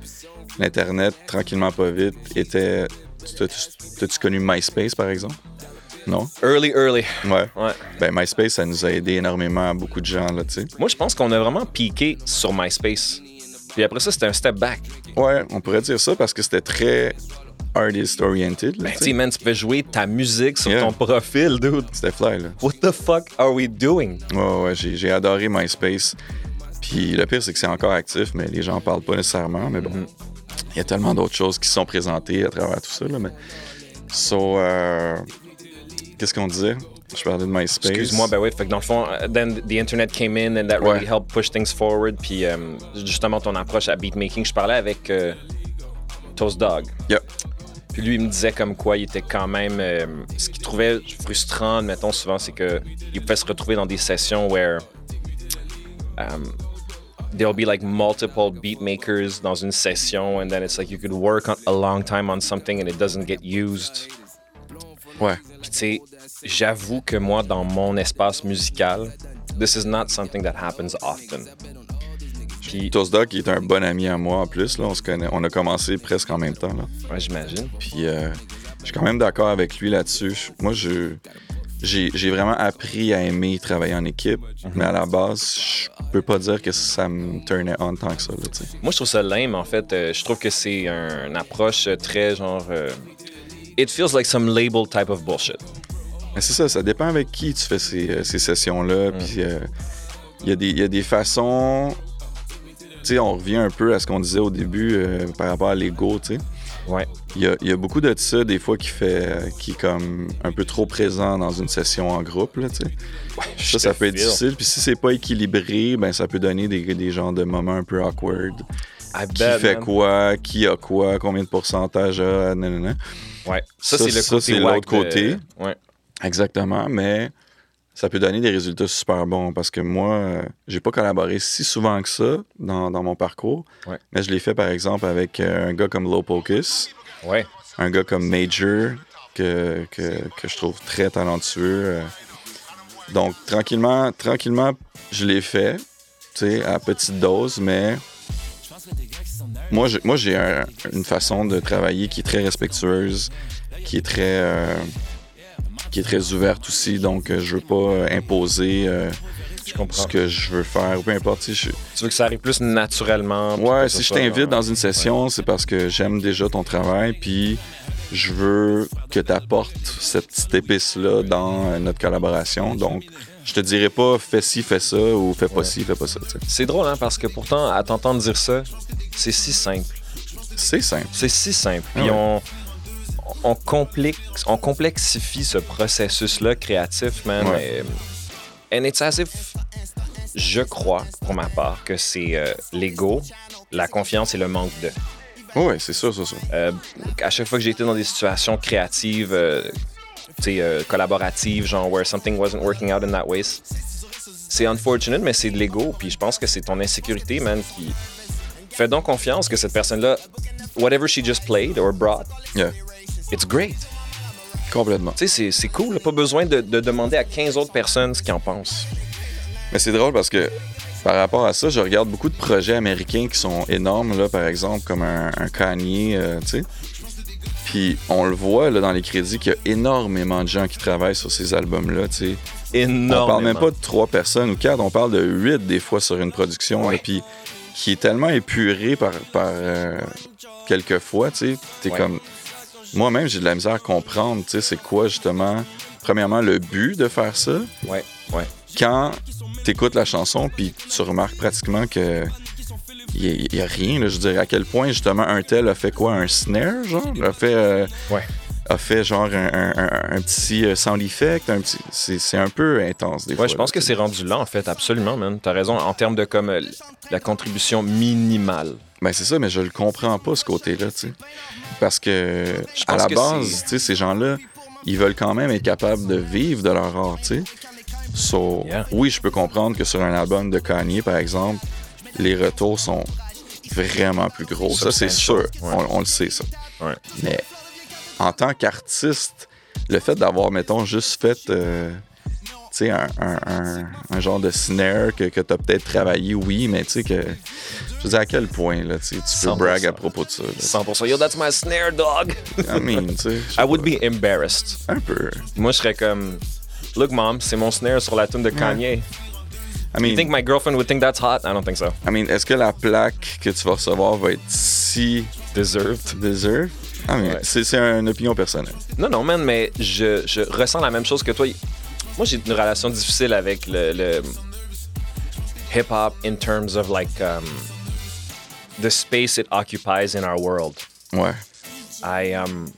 l'Internet, tranquillement pas vite, était. tu t'as- T'as-tu connu MySpace, par exemple? Non? Early, early. Ouais. Ouais. Ben, MySpace, ça nous a aidé énormément à beaucoup de gens, là, tu sais. Moi, je pense qu'on a vraiment piqué sur MySpace. Puis après ça, c'était un step back. Ouais, on pourrait dire ça parce que c'était très artist-oriented, là, Ben, tu tu sais. sais, man, tu peux jouer ta musique sur Yeah. ton profil, dude. C'était fly, là. What the fuck are we doing? Ouais, ouais, j'ai, j'ai adoré MySpace. Puis le pire, c'est que c'est encore actif, mais les gens en parlent pas nécessairement. Mais bon, il y a tellement d'autres choses qui se sont présentées à travers tout ça. Là, mais... So, euh, qu'est-ce qu'on disait? Je parlais de MySpace. Excuse-moi, ben oui, fait que dans le fond, euh, then the internet came in and that really Ouais. helped push things forward. Puis euh, justement, ton approche à beatmaking, je parlais avec euh, Toast Dog. Yeah. Puis lui, il me disait comme quoi il était quand même. euh, ce qu'il trouvait frustrant, mettons souvent, c'est que il pouvait se retrouver dans des sessions where. um, There'll be like multiple beat makers dans une session, and then it's like you could work on a long time on something and it doesn't get used. Ouais. Puis tu sais, j'avoue que moi, dans mon espace musical, this is not something that happens often. Puis, Tosda, qui est un bon ami à moi en plus, là, on se connaît. On a commencé presque en même temps. Là. ouais, hein, j'imagine. Puis euh, je suis quand même d'accord avec lui là-dessus. Je- Moi, je, j'ai, j'ai vraiment appris à aimer travailler en équipe, mais à la base, je peux pas dire que ça me turnait on tant que ça. Là, tu sais. Moi, je trouve ça lame, en fait. Euh, je trouve que c'est un- une approche euh, très genre. euh, it feels like some label type of bullshit. Mais c'est ça, ça dépend avec qui tu fais ces, euh, ces sessions-là. Puis euh, il y, a des- il y a des façons. Tu sais, on revient un peu à ce qu'on disait au début euh, par rapport à l'ego, tu sais. Ouais. Il y, a, il y a beaucoup de ça, des fois, qui fait euh, qui est comme un peu trop présent dans une session en groupe. Là, tu sais. ça, ça peut être difficile. Puis si c'est pas équilibré, ben ça peut donner des, des genres de moments un peu awkward. I bet, Qui fait man. quoi, qui a quoi, combien de pourcentage a, nanana. Ouais. Ça, Ça, c'est le ça, côté. c'est whack l'autre côté. de- Ouais. Exactement, mais ça peut donner des résultats super bons parce que moi, euh, j'ai pas collaboré si souvent que ça dans, dans mon parcours, Ouais. mais je l'ai fait par exemple avec euh, un gars comme Low Pocus, Ouais. un gars comme Major, que, que, que je trouve très talentueux. euh. Donc, tranquillement, tranquillement, je l'ai fait, tu sais, à petite dose, mais moi, j'ai- moi, j'ai un- une façon de travailler qui est très respectueuse, qui est très, euh, qui est très ouverte aussi, donc euh, je veux pas euh, imposer euh, Je comprends. ce que je veux faire, ou peu importe, tu sais, je- Tu veux que ça arrive plus naturellement. puis Ouais, que ce si je soit t'invite genre- dans une session, c'est parce que j'aime déjà ton travail, puis je veux que tu apportes cette petite épice-là dans euh, notre collaboration. Donc, je te dirai pas fais ci, fais ça, ou fais pas ci, fais pas ça. tu sais. C'est drôle, hein, parce que pourtant, à t'entendre dire ça, c'est si simple. C'est simple. C'est si simple. Ah Puis ouais. on, on, complexe, on complexifie ce processus-là créatif, man. Ouais. Et, and it's as if- je crois, pour ma part, que c'est euh, l'ego, la confiance et le manque de. Ouais, c'est sûr, c'est sûr. Euh, à chaque fois que j'ai été dans des situations créatives, euh, tu sais, euh, collaboratives, genre where something wasn't working out in that way, c- c'est unfortunate, mais c'est de l'ego. Puis je pense que c'est ton insécurité, man, qui. Fais donc confiance que cette personne-là, whatever she just played or brought, Yeah. it's great. Complètement. Tu sais, c'est- c'est cool, pas besoin de, de demander à 15 autres personnes ce qu'ils en pensent. Mais c'est drôle parce que par rapport à ça, je regarde beaucoup de projets américains qui sont énormes, là, par exemple, comme un, un Kanye, euh, tu sais. Puis on le voit là, dans les crédits qu'il y a énormément de gens qui travaillent sur ces albums-là, tu sais. Énormément. On parle même pas de trois personnes ou quatre, on parle de huit des fois sur une production. Ouais. là, Puis qui est tellement épuré par, par euh, quelques fois, tu sais, t'es Ouais. comme... Moi-même, j'ai de la misère à comprendre, tu sais, c'est quoi justement, premièrement, le but de faire ça. Ouais, ouais. Quand t'écoutes la chanson, puis tu remarques pratiquement que... Il n'y a, rien, là, je dirais. À quel point, justement, un tel a fait quoi Un snare, genre A fait. euh, Ouais. A fait, genre, un, un- un- un petit euh, sound effect. Un petit... c'est, c'est un peu intense, des fois. Ouais, je pense que c'est rendu là, en fait, absolument, man. T'as raison, en termes de comme euh, la contribution minimale. Ben c'est ça, mais je le comprends pas ce côté-là, tu sais. Parce que Je à pense la que base, c'est- tu sais, ces gens-là, ils veulent quand même être capables de vivre de leur art, tu sais. So, Yeah. oui, je peux comprendre que sur un album de Kanye, par exemple, les retours sont vraiment plus gros. Ça, c'est sûr. Substantial, ouais. On, on le sait, ça. Ouais. Mais en tant qu'artiste, le fait d'avoir, mettons, juste fait euh, tu sais, un, un- un- un genre de snare que, que tu as peut-être travaillé, oui, mais tu sais que. Je veux dire, à quel point là, tu sais, tu peux 100%. brag à propos de ça. là. 100%. Yo, that's my snare dog. I mean, tu sais, je sais I would pas. be embarrassed. Un peu. Moi, je serais comme. Look, mom, c'est mon snare sur la tune de Kanye. I You mean, think my girlfriend would think that's hot? I don't think so. I mean, est-ce que la plaque que tu vas recevoir va être si Deserved. deserve? I mean, Ouais. c'est, c'est une opinion personnelle. Non, non, man, mais je, je ressens la même chose que toi. Moi, j'ai une relation difficile avec le, le hip-hop in terms of like um, the space it occupies in our world. Ouais. I um,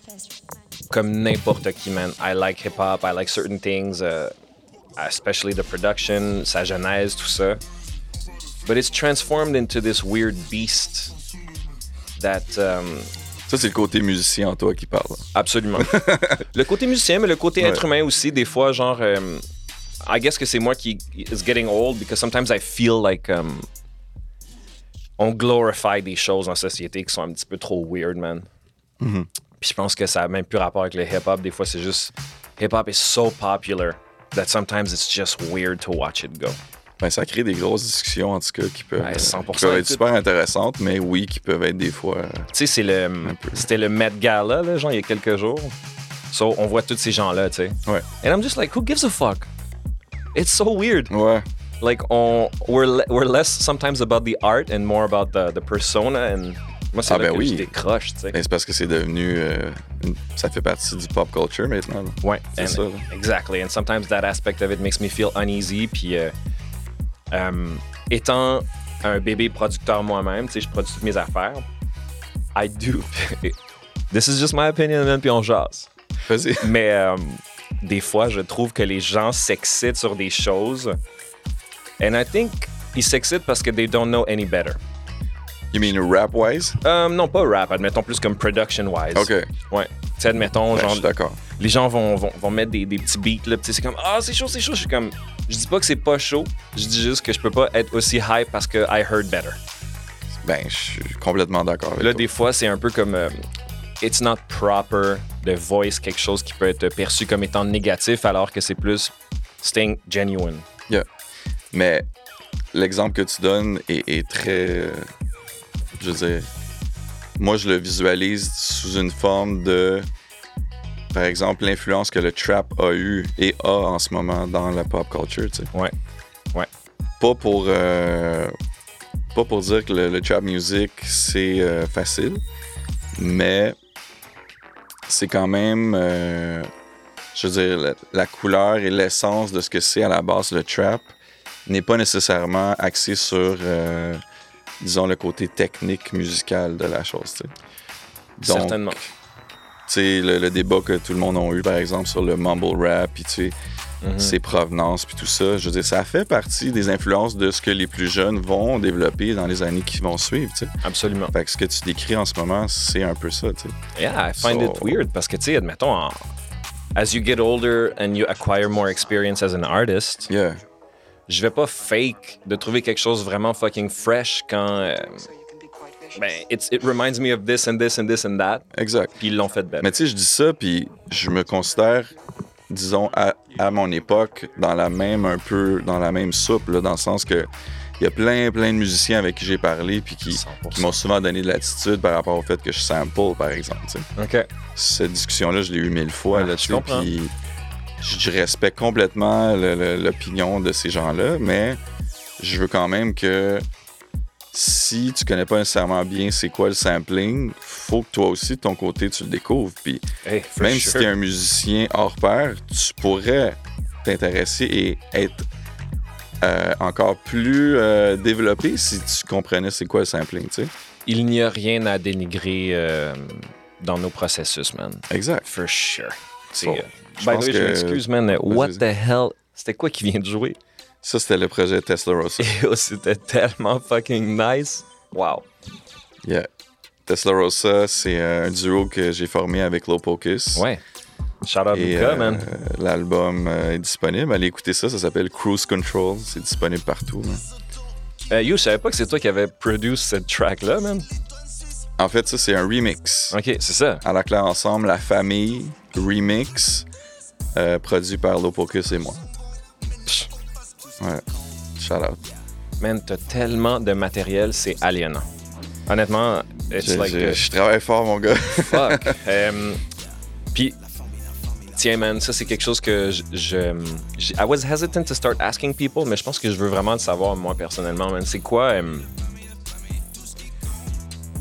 comme n'importe qui, man. I like hip-hop, I like certain things, uh, especially the production, sa genèse, tout ça. But it's transformed into this weird beast that um, Ça, c'est le côté musicien en toi qui parle. [LAUGHS] Absolument. le côté musicien, mais le côté Ouais. être humain aussi, des fois, genre, euh, I guess que c'est moi qui is getting old because sometimes I feel like um, on glorify des choses en société qui sont un petit peu trop weird, man. Mm-hmm. Puis je pense que ça a même plus rapport avec le hip-hop. Des fois, c'est juste hip-hop is so popular that sometimes it's just weird to watch it go. Ben, ça crée des grosses discussions, en tout cas, qui peuvent, Ouais, euh, 100%, qui peuvent être écoute. super intéressantes, mais oui, qui peuvent être des fois. euh, Tu sais, c'est le, peu. c'était le Met Gala, là, genre, il y a quelques jours. So, on voit tous ces gens-là, tu sais. Ouais. And I'm just like, who gives a fuck? It's so weird. Ouais. like on we're le- we're less sometimes about the art and more about the, the persona and moi c'est Ah, là ben que oui. je décroche tu sais Ben, c'est parce que c'est devenu. euh, une- ça fait partie du pop culture maintenant. là. ouais c'est and- ça, là. exactly and sometimes that aspect of it makes me feel uneasy puis euh, euh, étant un bébé producteur moi-même tu sais je produis toutes mes affaires I do [LAUGHS] this is just my opinion man puis on jase [LAUGHS] Vas-y. Mais euh, des fois, je trouve que les gens s'excitent sur des choses. And I think ils s'excitent parce que they don't know any better. You mean rap-wise? Ben, Euh, non, pas rap, admettons plus comme production-wise. OK. Ouais. Tu sais, admettons, Ben, je genre, suis d'accord. les gens vont, vont, vont mettre des, des petits beats, là, puis tu sais, c'est comme, ah, c'est chaud, c'est chaud. Je suis comme, je dis pas que c'est pas chaud, je dis juste que je peux pas être aussi hype parce que I heard better. Ben, je suis complètement d'accord avec Là, toi. des fois, c'est un peu comme euh, it's not proper de voice quelque chose qui peut être perçu comme étant négatif alors que c'est plus staying genuine. Yeah. Mais l'exemple que tu donnes est, est très. euh, Je veux dire. Moi, je le visualise sous une forme de. Par exemple, l'influence que le trap a eu et a en ce moment dans la pop culture, tu sais. Ouais. Ouais. Pas pour. euh, pas pour dire que le, le trap music, c'est euh, facile, mais c'est quand même. euh, je veux dire, la, la couleur et l'essence de ce que c'est à la base le trap n'est pas nécessairement axée sur, euh, disons, le côté technique musical de la chose. tu sais. Donc, Certainement. tu sais, le, le débat que tout le monde a eu, par exemple, sur le mumble rap, puis tu sais, ses provenances, puis tout ça, je veux dire, ça fait partie des influences de ce que les plus jeunes vont développer dans les années qui vont suivre, tu sais. Absolument. Fait que ce que tu décris en ce moment, c'est un peu ça, tu sais. Yeah, I find it So- weird parce que, tu sais, admettons, en- as you get older and you acquire more experience as an artist, Yeah. je vais pas fake de trouver quelque chose vraiment fucking fresh quand euh, ben, it's- it reminds me of this and this and this and that. Exact. Puis ils l'ont fait belle. Mais tu sais, je dis ça, puis je me considère, disons, à, à mon époque, dans la même un peu, dans la même soupe, là, dans le sens que il y a plein, plein de musiciens avec qui j'ai parlé, puis qui, 100%. qui m'ont souvent donné de l'attitude par rapport au fait que je sample, par exemple. tu sais. OK. Cette discussion-là, je l'ai eu mille fois Ah, je là-dessus, comprends. puis je, je respecte complètement le- le- l'opinion de ces gens-là, mais je veux quand même que si tu connais pas nécessairement bien c'est quoi le sampling, faut que toi aussi, de ton côté, tu le découvres, puis Hey, for même si sure. tu es un musicien hors pair, tu pourrais t'intéresser et être euh, encore plus euh, développé si tu comprenais c'est quoi le sampling, tu sais. Il n'y a rien à dénigrer euh, dans nos processus, man. Exact. For sure. C'est, Bon, euh, je By the pense way, je que- m'excuse, man. What vas-y. the hell? C'était quoi qui vient de [LAUGHS] jouer? Ça, c'était le projet Tesla Rosa. Yo, C'était tellement fucking nice. Wow. Yeah. Tesla Rosa, c'est euh, un duo que j'ai formé avec Lopocus. Ouais. Shout out Et Luca, euh, man. l'album euh, est disponible. Allez écouter ça, ça s'appelle Cruise Control. C'est disponible partout. hein. Euh, yo, je savais pas que c'est toi qui avais produit cette track-là, man. En fait, ça, c'est un remix. OK, c'est ça. Alors que là, ensemble, la famille, remix, euh, produit par Lopocus et moi. Psh, Ouais. Shout out. Man, t'as tellement de matériel, c'est aliénant. Honnêtement, it's Je, like... je- uh, je travaille fort, mon gars. [LAUGHS] Fuck. Euh, Puis, tiens, man, ça, c'est quelque chose que je, je- je- I was hesitant to start asking people, mais je pense que je veux vraiment le savoir, moi, personnellement, man. C'est quoi. euh,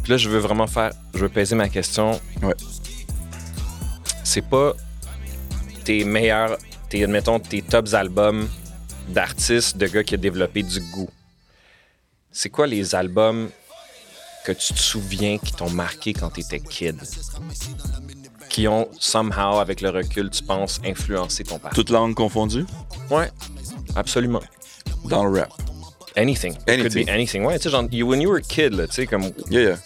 Puis là, je veux vraiment faire. Je veux peser ma question. Ouais. C'est pas tes meilleurs. Tes, admettons, tes tops albums d'artistes, de gars qui a développé du goût. C'est quoi les albums que tu te souviens qui t'ont marqué quand t'étais kid? Qui ont, somehow, avec le recul, tu penses, influencé ton parcours? Toute langue confondue, Ouais, absolument. dans le rap. Anything. It Could Anything. be anything. Ouais, tu sais, genre, you- when you were a kid, là, tu sais, comme, Yeah, yeah.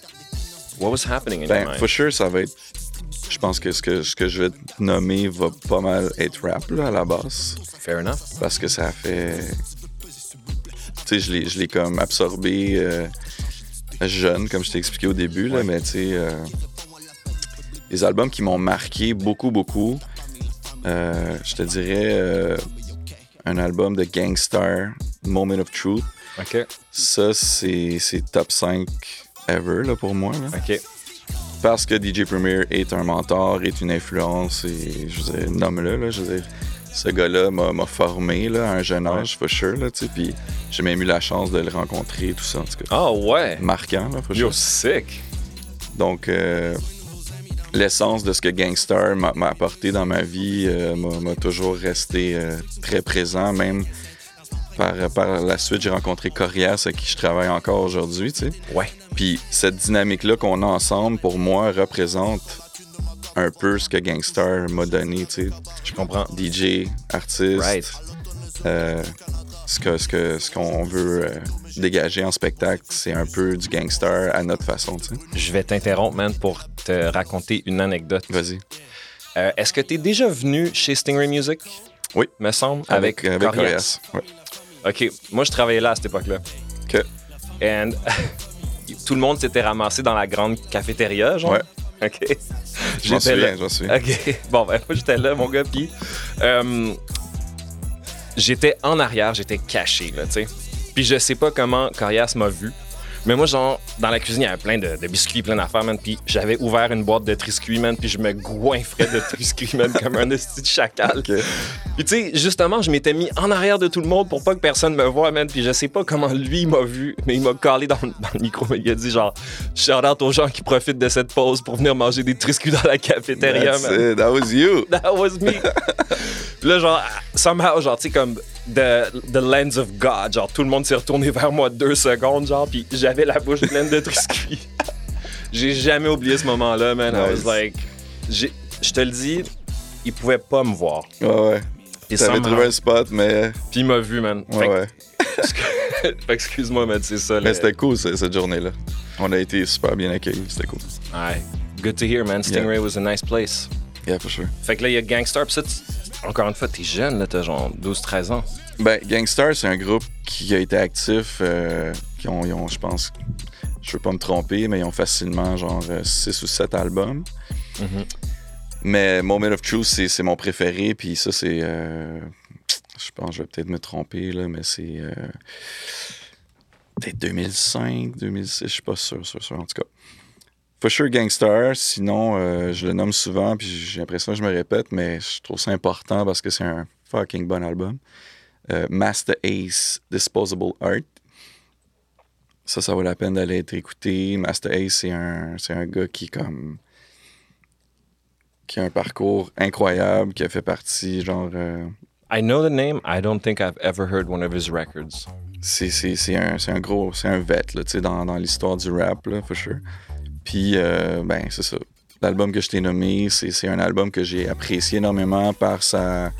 what was happening in your Ben, mind? for sure, ça va être. Je pense que ce, que ce que je vais te nommer va pas mal être rap, là, à la base. Fair enough. Parce que ça fait. Tu sais, je l'ai- je l'ai comme absorbé euh, jeune, comme je t'ai expliqué au début, là, Ouais. mais tu sais. euh, les albums qui m'ont marqué beaucoup, beaucoup, euh, je te dirais euh, un album de Gangstar, Moment of Truth. OK, Ça, c'est c'est top 5 ever là, pour moi. là. OK. Parce que DJ Premier est un mentor, est une influence, et je veux dire, nomme-le, là, je veux dire, ce gars-là m'a m'a formé là, à un jeune âge, for sure, là, tu sais, puis j'ai même eu la chance de le rencontrer, tout ça, en tout cas. Oh, ouais. Marquant, là, for Yo, sure. sick. Donc, euh, l'essence de ce que Gangstar m'a m'a apporté dans ma vie euh, m'a m'a toujours resté euh, très présent, même par, par la suite, j'ai rencontré Corias, avec qui je travaille encore aujourd'hui, tu sais. Ouais. Puis cette dynamique-là qu'on a ensemble, pour moi, représente un peu ce que Gangstar m'a donné, tu sais. Je comprends. DJ, artiste, Right. euh, ce qu'on ce que, ce qu'on veut euh, dégager en spectacle, c'est un peu du Gangstar à notre façon, tu sais. Je vais t'interrompre, man, pour te raconter une anecdote. Vas-y. Euh, Est-ce que t'es déjà venu chez Stingray Music? Oui. Me semble, avec, Corias. euh, Corias. Ouais. OK. Moi, je travaillais là à cette époque-là. OK. And [LAUGHS] tout le monde s'était ramassé dans la grande cafétéria, genre. Ouais. OK. Je m'en J'étais là. souviens, je m'en souviens. OK. Bon, ben, moi, j'étais là, mon gars, puis euh, j'étais en arrière, j'étais caché, là, tu sais. Puis je sais pas comment Corias m'a vu, mais moi, genre, dans la cuisine, il y avait plein de, de biscuits, plein d'affaires, man, puis j'avais ouvert une boîte de triscuits, man, puis je me goinfrais de triscuits, man, comme un esti de chacal. OK. Puis tu sais, justement, je m'étais mis en arrière de tout le monde pour pas que personne me voie, man. Puis je sais pas comment lui il m'a vu, mais il m'a collé dans, le- dans le micro. Il a dit genre, shout out aux gens qui profitent de cette pause pour venir manger des triscuits dans la cafétéria, That's man. it, That was you. [LAUGHS] That was me. Puis là, genre, somehow, genre, tu sais, comme the, the lens of God. Genre, tout le monde s'est retourné vers moi deux secondes, genre, puis j'avais la bouche pleine de triscuits. [LAUGHS] J'ai jamais oublié ce moment-là, man. I Nice. was like, j'ai- je te le dis, il pouvait pas me voir. Ouais, ouais. Puis T'avais somehow- trouvé un spot, mais. puis il m'a vu, man. Ouais, Fait que- ouais. [LAUGHS] Fait que excuse-moi, man, c'est ça. Mais le- c'était cool, ce- cette journée-là. On a été super bien accueillis, c'était cool. Ouais. Good to hear, man. Stingray was a nice place. Yeah, for sure. Fait que là, il y a Gangstar. Pis ça, tu- encore une fois, t'es jeune, là, t'as genre 12-13 ans. Ben, Gangstar, c'est un groupe qui a été actif, euh, qui ont, ils ont, je pense, je veux pas me tromper, mais ils ont facilement genre 6 ou 7 albums. Mhm. Mais Moment of Truth, c'est c'est mon préféré. Puis ça, c'est. euh, je pense que je vais peut-être me tromper, là, mais c'est. euh, peut-être 2005, 2006, je suis pas sûr, sûr, sûr, en tout cas. For sure Gangster, sinon, euh, je le nomme souvent, puis j'ai l'impression que je me répète, mais je trouve ça important parce que c'est un fucking bon album. Euh, Master Ace, Disposable Art. Ça, ça vaut la peine d'aller être écouté. Master Ace, c'est un, c'est un gars qui, comme, qui a un parcours incroyable, qui a fait partie, genre. euh, I know the name. I don't think I've ever heard one of his records. c'est, c'est, c'est un, c'est un gros, c'est un vet là, tu sais, dans, dans l'histoire du rap, là, for sure. Puis, euh, ben, c'est ça. L'album que je t'ai nommé, c'est, c'est un album que j'ai apprécié énormément par sa,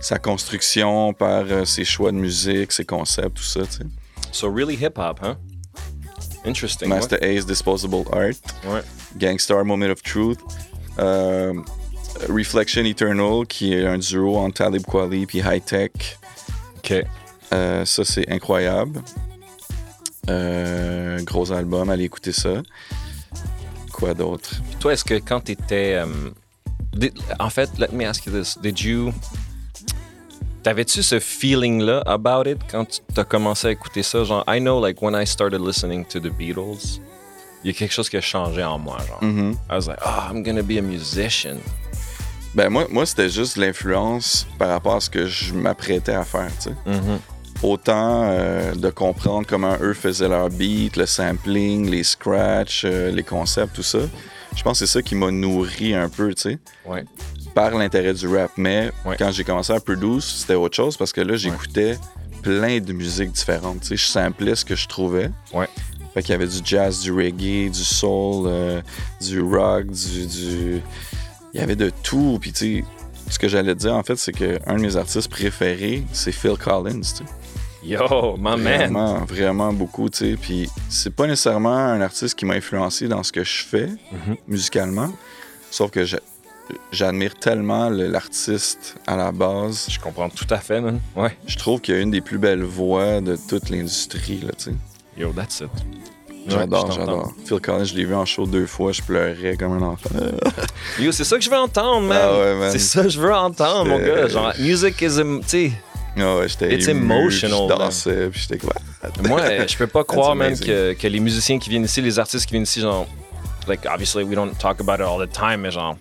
sa construction, par euh, ses choix de musique, ses concepts, tout ça. tu sais. So really hip hop, huh? Interesting. What- Master Ace, Disposable Art, what? Gangstar, Moment of Truth, euh, Reflection Eternal, qui est un duo entre Talib Kweli puis High Tech. Okay. Euh, ça, c'est incroyable. Euh, gros album, allez écouter ça. Quoi d'autre? Toi, est-ce que quand tu étais. en fait, let me ask you this. Did you. T'avais-tu ce feeling-là about it quand tu as commencé à écouter ça? Genre, I know, like, when I started listening to the Beatles, il y a quelque chose qui a changé en moi. Genre, I was like, oh, I'm gonna be a musician. Ben moi, moi c'était juste l'influence par rapport à ce que je m'apprêtais à faire. tu sais. Autant euh, de comprendre comment eux faisaient leur beat, le sampling, les scratchs, euh, les concepts, tout ça. Je pense que c'est ça qui m'a nourri un peu, tu sais. Ouais. par l'intérêt du rap. Mais Ouais. quand j'ai commencé à Produce, c'était autre chose parce que là, j'écoutais plein de musiques différentes. Tu sais, je samplais ce que je trouvais. Ouais. Fait qu'il y avait du jazz, du reggae, du soul, euh, du rock, du, du- Il y avait de tout. Puis tu sais, ce que j'allais te dire, en fait, c'est qu'un de mes artistes préférés, c'est Phil Collins. tu sais. Yo, my man. Vraiment, vraiment beaucoup, tu sais. Puis c'est pas nécessairement un artiste qui m'a influencé dans ce que je fais musicalement, sauf que j'a- j'admire tellement le- l'artiste à la base. Je comprends tout à fait, man. Ouais. Je trouve qu'il y a une des plus belles voix de toute l'industrie, là, tu sais. Yo, that's it. J'adore, Ouais, je t'entends. j'adore. Phil Collins, je l'ai vu en show deux fois, je pleurais comme un enfant. Euh. Yo, c'est ça que je veux entendre, man. Ah ouais, man. C'est ça que je veux entendre, mon C'est- gars. Genre, music is. im- Tu sais, [LAUGHS] Ah ouais, j'étais It's ému, emotional, Je dansais, puis j'étais quoi? [LAUGHS] Moi, euh, je peux pas croire même amazing. que, que les musiciens qui viennent ici, les artistes qui viennent ici, genre, like obviously we don't talk about it all the time, mais genre,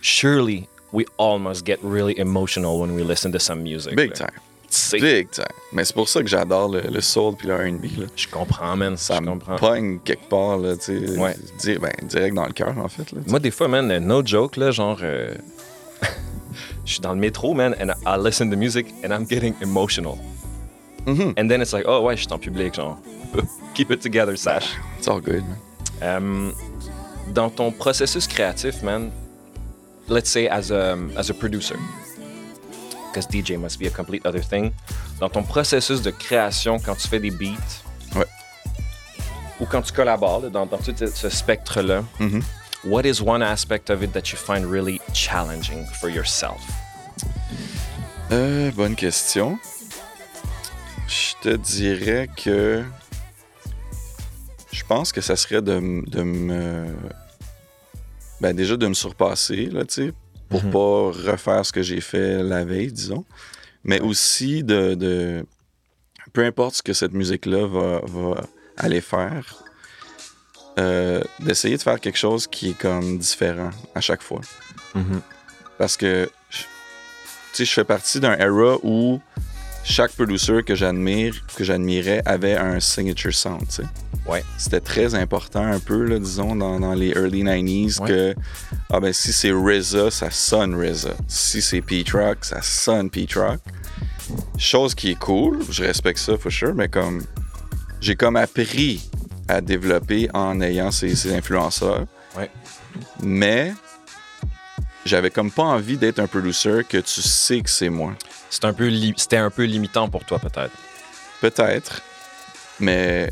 surely we all must get really emotional when we listen to some music. Big là. time, C'est- big time. Mais c'est pour ça que j'adore le, le soul puis le R&B, là. Je comprends, man. ça je me comprends. pogne quelque part, là, tu sais. Ouais. Dire, ben, direct dans le cœur, en fait. Là, tu sais. Moi, des fois, man, euh, no joke, là, genre, euh, [LAUGHS] je suis dans le métro, man, and I listen to music and I'm getting emotional. Mhm. And then it's like, oh ouais, je suis en public, genre, [LAUGHS] keep it together, Sash. It's all good, man. Um, dans ton processus créatif, man, let's say as a, as a producer, because DJ must be a complete other thing, dans ton processus de création, quand tu fais des beats, Ouais. ou quand tu collabores, là, dans, dans tout ce spectre-là, what is one aspect of it that you find really challenging for yourself? Euh, bonne question. Je te dirais que. Je pense que ça serait de, m- de me. Ben, déjà de me surpasser, là, tu sais, pour pas refaire ce que j'ai fait la veille, disons. Mais aussi de. de- peu importe ce que cette musique-là va, va aller faire, euh, d'essayer de faire quelque chose qui est comme différent à chaque fois. Parce que je- tu sais, je fais partie d'un era où chaque producer que j'admire, que j'admirais, avait un signature sound. tu sais. Ouais. C'était très important un peu, là, disons, dans, dans les early 90s, Ouais. que ah ben, si c'est RZA, ça sonne RZA. Si c'est P-Rock, ça sonne P-Rock. Chose qui est cool, je respecte ça, for sure, mais comme j'ai comme appris à développer en ayant ces, ces influenceurs. Ouais. Mais j'avais comme pas envie d'être un producer que tu sais que c'est moi. C'est un peu li- C'était un peu limitant pour toi, peut-être. Peut-être, mais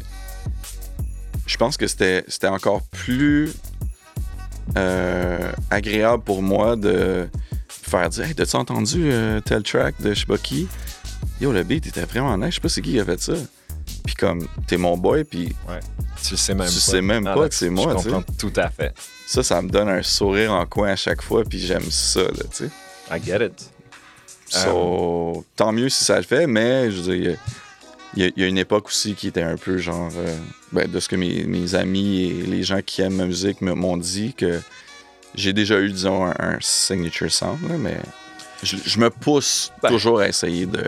je pense que c'était c'était encore plus euh, agréable pour moi de faire dire Hey, t'as-tu entendu euh, tel track de je sais pas qui? Yo, le beat était vraiment nice, je sais pas c'est qui qui a fait ça. puis comme, t'es mon boy, puis Tu le sais même Tu pas. sais même Non, pas non, que c'est je moi, tu sais. comprends tout à fait. ça, ça me donne un sourire en coin à chaque fois, puis j'aime ça, là, tu sais. I get it. Euh, So, tant mieux si ça le fait, mais je veux dire, il y, a- il y a une époque aussi qui était un peu genre. euh, ben, de ce que mes, mes amis et les gens qui aiment ma musique me- m'ont dit, que j'ai déjà eu, disons, un, un signature sound, là, mais je, je me pousse Ben. toujours à essayer de.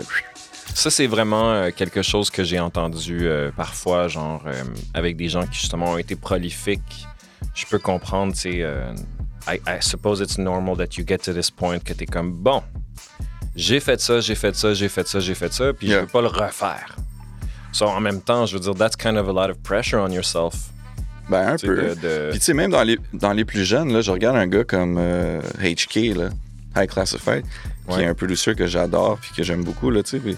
Ça, c'est vraiment euh, quelque chose que j'ai entendu euh, parfois, genre, euh, avec des gens qui, justement, ont été prolifiques. Je peux comprendre, tu sais, euh, I, I suppose it's normal that you get to this point que t'es comme, bon, j'ai fait ça, j'ai fait ça, j'ai fait ça, j'ai fait ça, puis Yeah. je peux pas le refaire. So, en même temps, je veux dire, that's kind of a lot of pressure on yourself. Ben, un tu sais, peu. de- de- Puis tu sais, même dans les, dans les plus jeunes, là, je regarde un gars comme euh, HK, là, High Classified, qui Ouais. est un producer que j'adore puis que j'aime beaucoup, là, tu sais. puis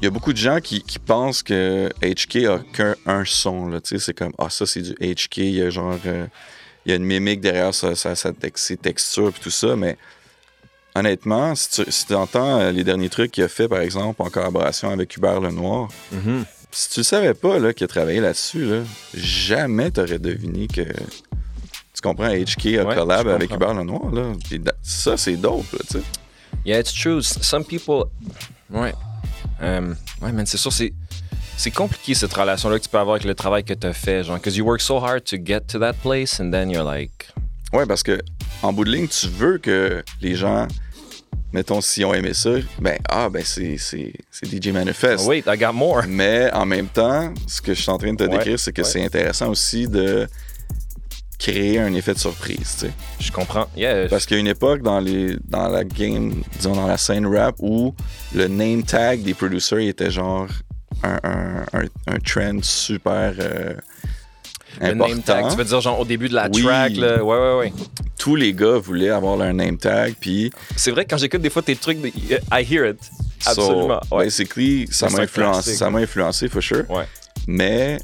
Il y a beaucoup de gens qui, qui pensent que HK a qu'un un son, là, tu sais. C'est comme, ah, ça, c'est du HK, il y a genre... euh, il y a une mimique derrière sa, sa- sa tex- ses textures puis tout ça, mais honnêtement, si tu entends euh, les derniers trucs qu'il a fait, par exemple, en collaboration avec Hubert Lenoir, Mhm. si tu le savais pas là, qu'il a travaillé là-dessus, là, jamais t'aurais deviné que. Tu comprends, HK a Ouais, collab je avec comprends. Hubert Lenoir, là. Puis da- ça, c'est dope, là, tu sais. Yeah, it's true. S- Some people. Ouais. Euh, ouais, man, c'est sûr, c'est. C'est compliqué cette relation-là que tu peux avoir avec le travail que tu as fait, genre, because you work so hard to get to that place, and then you're like, Ouais, parce que, en bout de ligne, tu veux que les gens, mettons, s'ils ont aimé ça, ben, ah, ben, c'est, c'est, c'est DJ Manifest. oh, wait, I got more. Mais en même temps, ce que je suis en train de te Ouais, décrire, c'est que ouais. c'est intéressant aussi de créer un effet de surprise, tu sais. Je comprends. Yeah, Parce qu'il y a une époque dans, les, dans la game, disons dans la scène rap, où le name tag des producers il était genre un, un, un, un trend super euh, le important. name tag, tu veux dire, genre, au début de la Oui. track, là. Ouais, ouais, ouais. Tous les gars voulaient avoir leur name tag, puis C'est vrai que quand j'écoute des fois tes trucs, de- I hear it. so, Absolument. ouais. basically, ça C'est m'a un influencé, classique. ça m'a influencé for sure. Ouais. Mais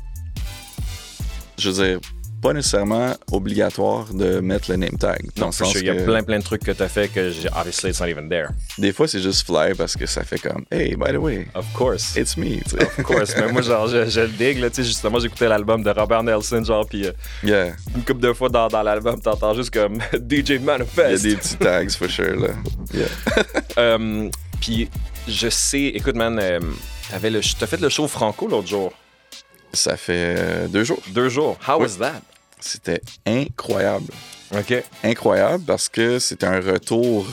je veux dire, pas nécessairement obligatoire de mettre le name tag. Non, dans le for sens sure, il y a que plein, plein de trucs que tu as fait que, j'ai- obviously, it's not even there. Des fois, c'est juste fly parce que ça fait comme, hey, by the way, Of course. it's me. tu sais. Ah. Of course. Mais moi, genre, je, je le digue, là. Tu sais, justement, j'écoutais l'album de Robert Nelson, genre, puis. euh, [LAUGHS] Yeah. une couple de fois dans, dans l'album, t'entends juste comme [LAUGHS] DJ Il y a Manifest. des petits tags, for [LAUGHS] sure, là. Yeah. Euh, Puis je sais, écoute, man, euh, t'avais le- t'as fait le show Franco l'autre jour. Ça fait euh, deux jours. Deux jours. How Oui. was that? C'était incroyable. OK. Incroyable parce que c'était un retour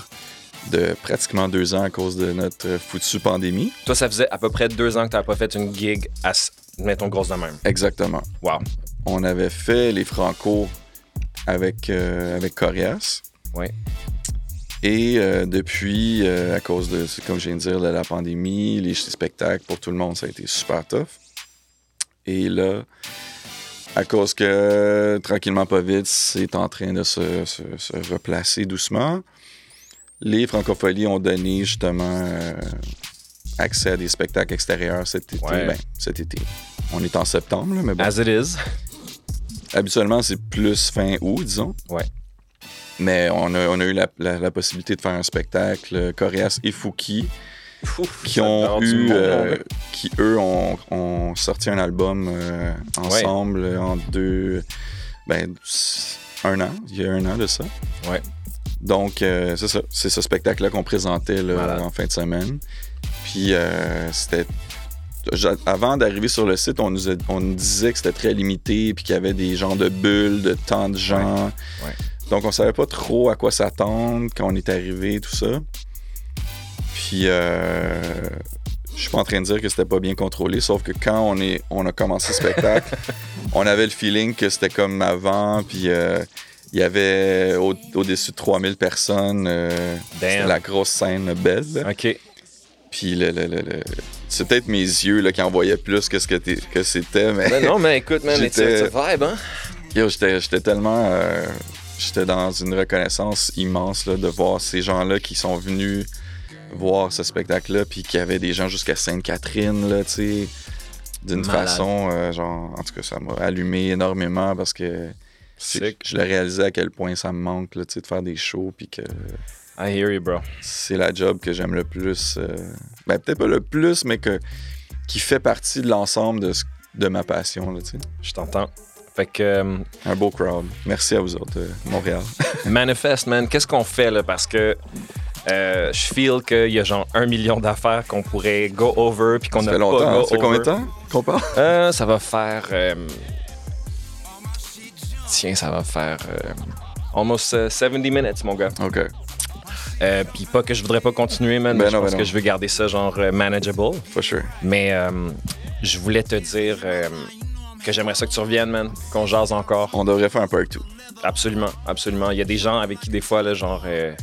de pratiquement deux ans à cause de notre foutue pandémie. Toi, ça faisait à peu près deux ans que t'avais pas fait une gig à, s- mettons, grosse de même. Exactement. Wow. On avait fait les Franco avec, euh, avec Corias. Ouais. Et euh, depuis, euh, à cause de, comme je viens de dire, de la pandémie, les spectacles pour tout le monde, ça a été super tough. Et là, à cause que tranquillement, pas vite, c'est en train de se, se- se replacer doucement, les francopholies ont donné justement euh, accès à des spectacles extérieurs cet été. Ouais. Ben, cet été. On est en septembre, là, mais bon. As it is. Habituellement, c'est plus fin août, disons. Ouais. Mais on a, on a eu la, la- la possibilité de faire un spectacle, euh, Corias et Fouki, Ouf, qui ça ont dehors du eu, monde, euh, là. qui eux ont, ont sorti un album euh, ensemble en deux, ben, un an, il y a un an de ça. Ouais. Donc, euh, c'est ça, c'est ce spectacle-là qu'on présentait là, Malade. en fin de semaine. Puis, euh, c'était. j'a- Avant d'arriver sur le site, on nous, a- on nous disait que c'était très limité, puis qu'il y avait des genres de bulles, de tant de gens. Ouais. Ouais. Donc, on savait pas trop à quoi s'attendre quand on est arrivé, tout ça. Puis, euh, je suis pas en train de dire que c'était pas bien contrôlé, sauf que quand on, est, on a commencé le [LAUGHS] spectacle, on avait le feeling que c'était comme avant, puis euh, il y avait au- au-dessus de 3000 personnes. euh, c'était Damn. la grosse scène belle. là. OK. Puis le, le- le- le- c'est peut-être mes yeux là, qui en voyaient plus que ce que, t'es- que c'était, mais Ben non, mais écoute, man, it's, J'étais- it's a vibe, hein? Yo, j'étais j'étais tellement. euh, j'étais dans une reconnaissance immense là, de voir ces gens-là qui sont venus voir ce spectacle-là, puis qu'il y avait des gens jusqu'à Sainte-Catherine, là, tu sais. D'une Malade. façon, euh, genre, en tout cas, ça m'a allumé énormément parce que Sick. je le réalisais à quel point ça me manque, là, tu sais, de faire des shows, puis que I hear you, bro. c'est la job que j'aime le plus. euh, ben, peut-être pas le plus, mais que qui fait partie de l'ensemble de, ce- de ma passion. Là, tu sais. Je t'entends. Fait que euh, Un beau crowd. Merci à vous autres, euh, Montréal. Manifest, man, qu'est-ce qu'on fait là? Parce que euh, je feel qu'il y a genre un million d'affaires qu'on pourrait go over puis qu'on Ça n'a fait pas longtemps. hein? go Ça fait combien de over. temps qu'on parle? [LAUGHS] Euh, ça va faire. euh, Tiens, ça va faire. euh, Almost euh, 70 minutes, mon gars. OK. Euh, Puis pas que je voudrais pas continuer, man. Ben mais je non, pense ben que non. je veux garder ça genre euh, manageable. For sure. Mais euh, je voulais te dire euh, que j'aimerais ça que tu reviennes, man. Qu'on jase encore. On devrait faire un part 2. Absolument, absolument. Il y a des gens avec qui des fois, là, genre, euh,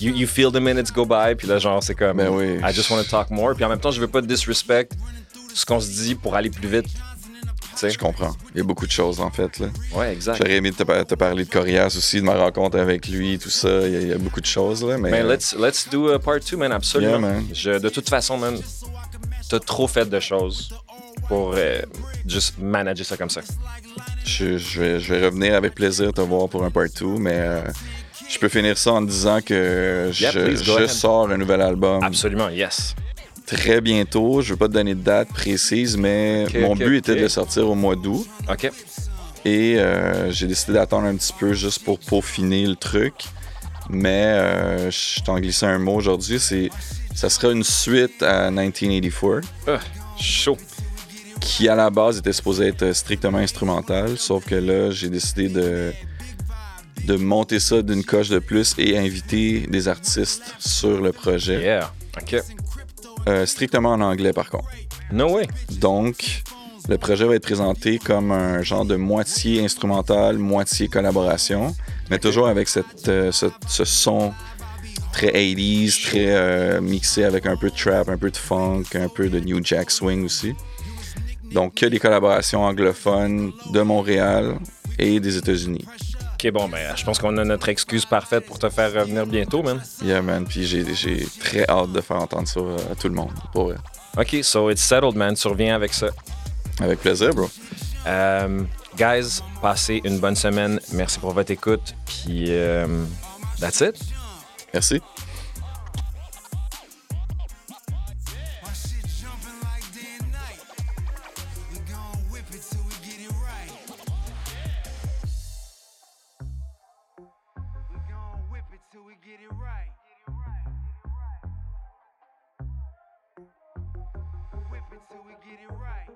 you, you feel the minutes go by, puis là, genre, c'est comme, Ben oui. I just want to talk more. Puis en même temps, je veux pas disrespect ce qu'on se dit pour aller plus vite. Tu sais? Je comprends. Il y a beaucoup de choses, en fait. Là. Ouais, exact. J'aurais aimé te, par- te parler de Corias aussi, de ma rencontre avec lui, tout ça. Il y a, il y a beaucoup de choses, là, mais... Man, let's, let's do a part two, man, absolument. Yeah, man. Je- de toute façon, man, t'as trop fait de choses pour euh, juste manager ça comme ça. Je, je vais, je vais revenir avec plaisir te voir pour un part 2, mais euh, je peux finir ça en te disant que Yeah, je, please, go je ahead. sors un nouvel album Absolument, yes. très bientôt. Je ne veux pas te donner de date précise, mais Ok, mon ok, but était ok. de le sortir au mois d'août. OK. Et euh, j'ai décidé d'attendre un petit peu juste pour peaufiner le truc. Mais euh, je t'en glissais un mot aujourd'hui, c'est ça sera une suite à 1984 Ah, chaud. qui à la base était supposé être strictement instrumental, sauf que là j'ai décidé de de monter ça d'une coche de plus et inviter des artistes sur le projet, Yeah. OK. Euh, strictement en anglais par contre. No way. Donc, le projet va être présenté comme un genre de moitié instrumental, moitié collaboration, mais toujours avec cette, euh, ce, ce son très 80s, très euh, mixé avec un peu de trap, un peu de funk, un peu de New Jack Swing aussi. Donc, que des collaborations anglophones de Montréal et des États-Unis. OK, bon, ben, je pense qu'on a notre excuse parfaite pour te faire revenir bientôt, man. Yeah, man. Puis j'ai j'ai très hâte de faire entendre ça euh, à tout le monde, pour vrai. OK, so it's settled, man. Tu reviens avec ça. Avec plaisir, bro. Euh, guys, passez une bonne semaine. Merci pour votre écoute. Puis, euh, that's it. Merci. We gon' whip it till we get it right. Whip it till we get it right.